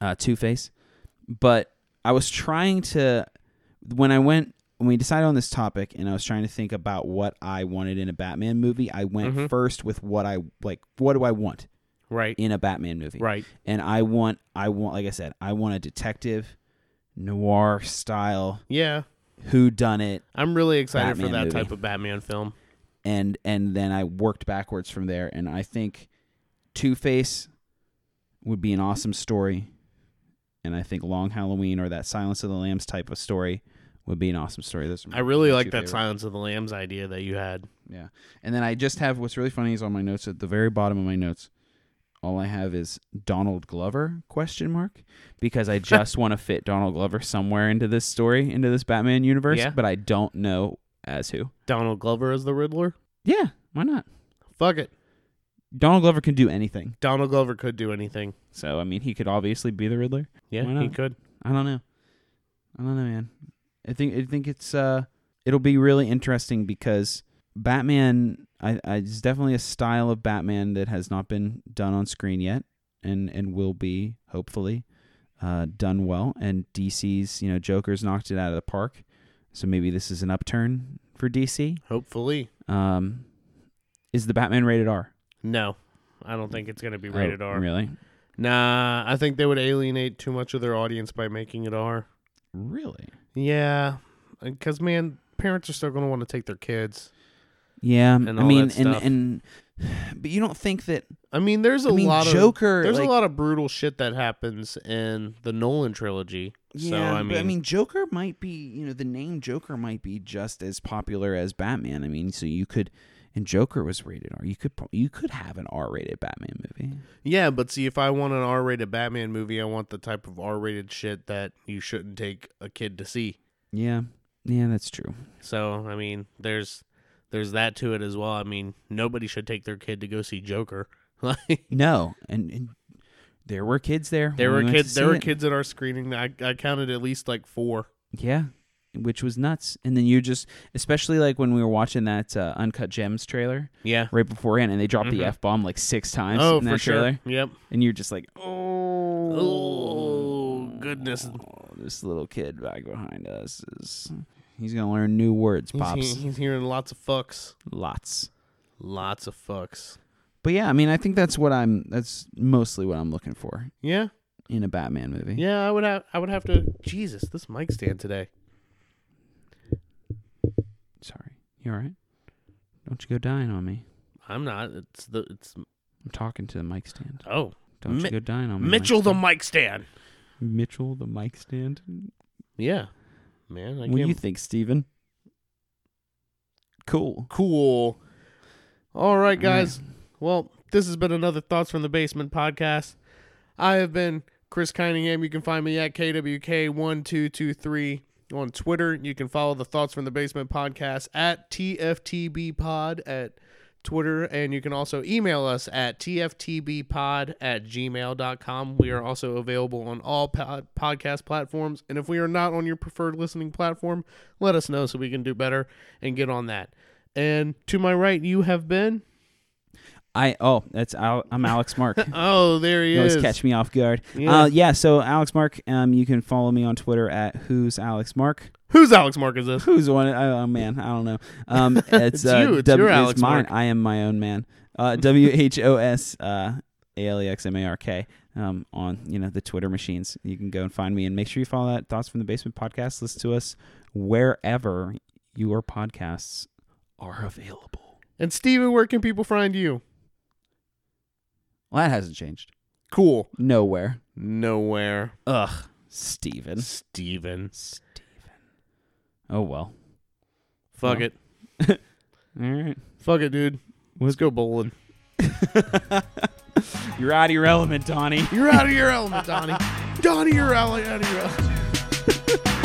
Speaker 1: uh, Two Face. But I was trying to when I went when we decided on this topic, and I was trying to think about what I wanted in a Batman movie. I went
Speaker 2: Mhm.
Speaker 1: first with what I like. What do I want
Speaker 2: Right,
Speaker 1: in a Batman movie?
Speaker 2: right.
Speaker 1: And I want, I want, like I said, I want a detective noir style
Speaker 2: Yeah,
Speaker 1: who done it
Speaker 2: I'm really excited for
Speaker 1: Batman
Speaker 2: that
Speaker 1: movie.
Speaker 2: type of
Speaker 1: [LAUGHS]
Speaker 2: Batman film.
Speaker 1: and and then I worked backwards from there. And I think Two Face would be an awesome story, and I think Long Halloween or that Silence of the Lambs type of story would be an awesome story. Those are my-
Speaker 2: I really
Speaker 1: my
Speaker 2: like
Speaker 1: two
Speaker 2: that
Speaker 1: favorites.
Speaker 2: Silence of the Lambs idea that you had.
Speaker 1: Yeah, and then I just have what's really funny is on my notes at the very bottom of my notes. All I have is Donald Glover question mark because
Speaker 2: [LAUGHS]
Speaker 1: I just want to fit Donald Glover somewhere into this story, into this Batman universe,
Speaker 2: Yeah.
Speaker 1: but I don't know as who.
Speaker 2: Donald Glover as the Riddler?
Speaker 1: Yeah, why not?
Speaker 2: Fuck it.
Speaker 1: Donald Glover can do anything.
Speaker 2: Donald Glover could do anything.
Speaker 1: So I mean, he could obviously be the Riddler. Why
Speaker 2: Yeah,
Speaker 1: not?
Speaker 2: he could.
Speaker 1: I don't know. I don't know, man. I think I think it's uh, it'll be really interesting because Batman, I, I is definitely a style of Batman that has not been done on screen yet, and and will be hopefully uh, done well. And DC's, you know, Joker's knocked it out of the park, so maybe this is an upturn for DC.
Speaker 2: Hopefully.
Speaker 1: Um, is the Batman rated R?
Speaker 2: No, I don't think it's going to be rated
Speaker 1: Oh,
Speaker 2: R.
Speaker 1: Really?
Speaker 2: Nah, I think they would alienate too much of their audience by making it R.
Speaker 1: Really?
Speaker 2: Yeah, because man, parents are still going to want to take their kids.
Speaker 1: Yeah,
Speaker 2: and
Speaker 1: I
Speaker 2: all
Speaker 1: mean,
Speaker 2: that
Speaker 1: and
Speaker 2: stuff.
Speaker 1: and but you don't think that
Speaker 2: I mean, there's a
Speaker 1: I mean
Speaker 2: lot of
Speaker 1: Joker.
Speaker 2: there's
Speaker 1: like-
Speaker 2: a lot of brutal shit that happens in the Nolan trilogy.
Speaker 1: Yeah,
Speaker 2: so I mean,
Speaker 1: but I mean, Joker might be you know the name Joker might be just as popular as Batman. I mean, so you could, and Joker was rated R. You could pro- you could have an R-rated Batman movie.
Speaker 2: yeah, but see, if I want an R-rated Batman movie, I want the type of R-rated shit that you shouldn't take a kid to see.
Speaker 1: Yeah, yeah, that's true.
Speaker 2: So I mean, there's there's that to it as well. I mean, nobody should take their kid to go see Joker. [LAUGHS] Like.
Speaker 1: No, and, and there were kids there.
Speaker 2: There
Speaker 1: when we
Speaker 2: were
Speaker 1: went to
Speaker 2: kids. There
Speaker 1: see
Speaker 2: were
Speaker 1: it.
Speaker 2: kids at our screening. I, I counted at least like four.
Speaker 1: Yeah, which was nuts. And then you just, especially like when we were watching that uh, Uncut Gems trailer
Speaker 2: Yeah.
Speaker 1: right beforehand, and they dropped
Speaker 2: Mhm.
Speaker 1: the f bomb like six times
Speaker 2: Oh,
Speaker 1: in that
Speaker 2: for
Speaker 1: trailer.
Speaker 2: sure. Yep.
Speaker 1: and you're just like, oh,
Speaker 2: Oh, goodness.
Speaker 1: Oh, this little kid back behind us is he's gonna learn new
Speaker 2: [LAUGHS]
Speaker 1: words,
Speaker 2: He's,
Speaker 1: pops,
Speaker 2: he- he's hearing lots of fucks.
Speaker 1: lots.
Speaker 2: Lots of fucks.
Speaker 1: But yeah, I mean, I think that's what I'm. That's mostly what I'm looking for
Speaker 2: Yeah.
Speaker 1: in a Batman movie.
Speaker 2: Yeah. I would have. I would have to. Jesus, this mic stand today.
Speaker 1: Sorry, you all right? Don't you go dying on me.
Speaker 2: I'm not. It's the it's
Speaker 1: I'm talking to the mic stand.
Speaker 2: oh
Speaker 1: Don't
Speaker 2: Mi-
Speaker 1: you go dying on me. mic
Speaker 2: Mitchell the
Speaker 1: stand.
Speaker 2: mic stand.
Speaker 1: Mitchell the mic stand.
Speaker 2: Yeah, man. I
Speaker 1: what do
Speaker 2: can't-
Speaker 1: you think, Steven? Cool.
Speaker 2: cool. All right,
Speaker 1: Mm.
Speaker 2: guys. Well, this has been another Thoughts from the Basement podcast. I have been Chris Cunningham. You can find me at KWK1223 on Twitter. You can follow the Thoughts from the Basement podcast at TFTBpod at Twitter. And you can also email us at TFTBpod at gmail.com. We are also available on all pod- podcast platforms. And if we are not on your preferred listening platform, let us know so we can do better and get on that. And to my right, you have been. [LAUGHS]
Speaker 1: I oh, that's Al- I'm Alex Mark.
Speaker 2: Oh, there [LAUGHS] he
Speaker 1: You always
Speaker 2: is.
Speaker 1: catch me off guard.
Speaker 2: Yeah.
Speaker 1: Uh, yeah. So Alex Mark, um, you can follow me on Twitter at who's Alex Mark.
Speaker 2: Who's Alex Mark? Is this?
Speaker 1: Who's one? Oh oh, man, I don't [LAUGHS] know. Um, it's,
Speaker 2: It's
Speaker 1: uh,
Speaker 2: you. It's
Speaker 1: w-
Speaker 2: your Alex
Speaker 1: mine.
Speaker 2: Mark.
Speaker 1: I am my own man. [LAUGHS] Uh, W H O S uh, A L E X M A R K. Um, on you know the Twitter machines, you can go and find me and make sure you follow that Thoughts from the Basement podcast. Listen to us wherever your podcasts are available.
Speaker 2: And Steven, where can people find you?
Speaker 1: Well, that hasn't changed.
Speaker 2: Cool.
Speaker 1: Nowhere.
Speaker 2: Nowhere.
Speaker 1: Ugh, Steven.
Speaker 2: Steven.
Speaker 1: Steven. Oh well.
Speaker 2: Fuck
Speaker 1: Well.
Speaker 2: it.
Speaker 1: All right.
Speaker 2: Fuck it, dude. Let's go bowling.
Speaker 1: You're out irrelevant, Donnie.
Speaker 2: [LAUGHS] You're out of your element, Donnie. Donnie, you're out out of your element.
Speaker 3: Two,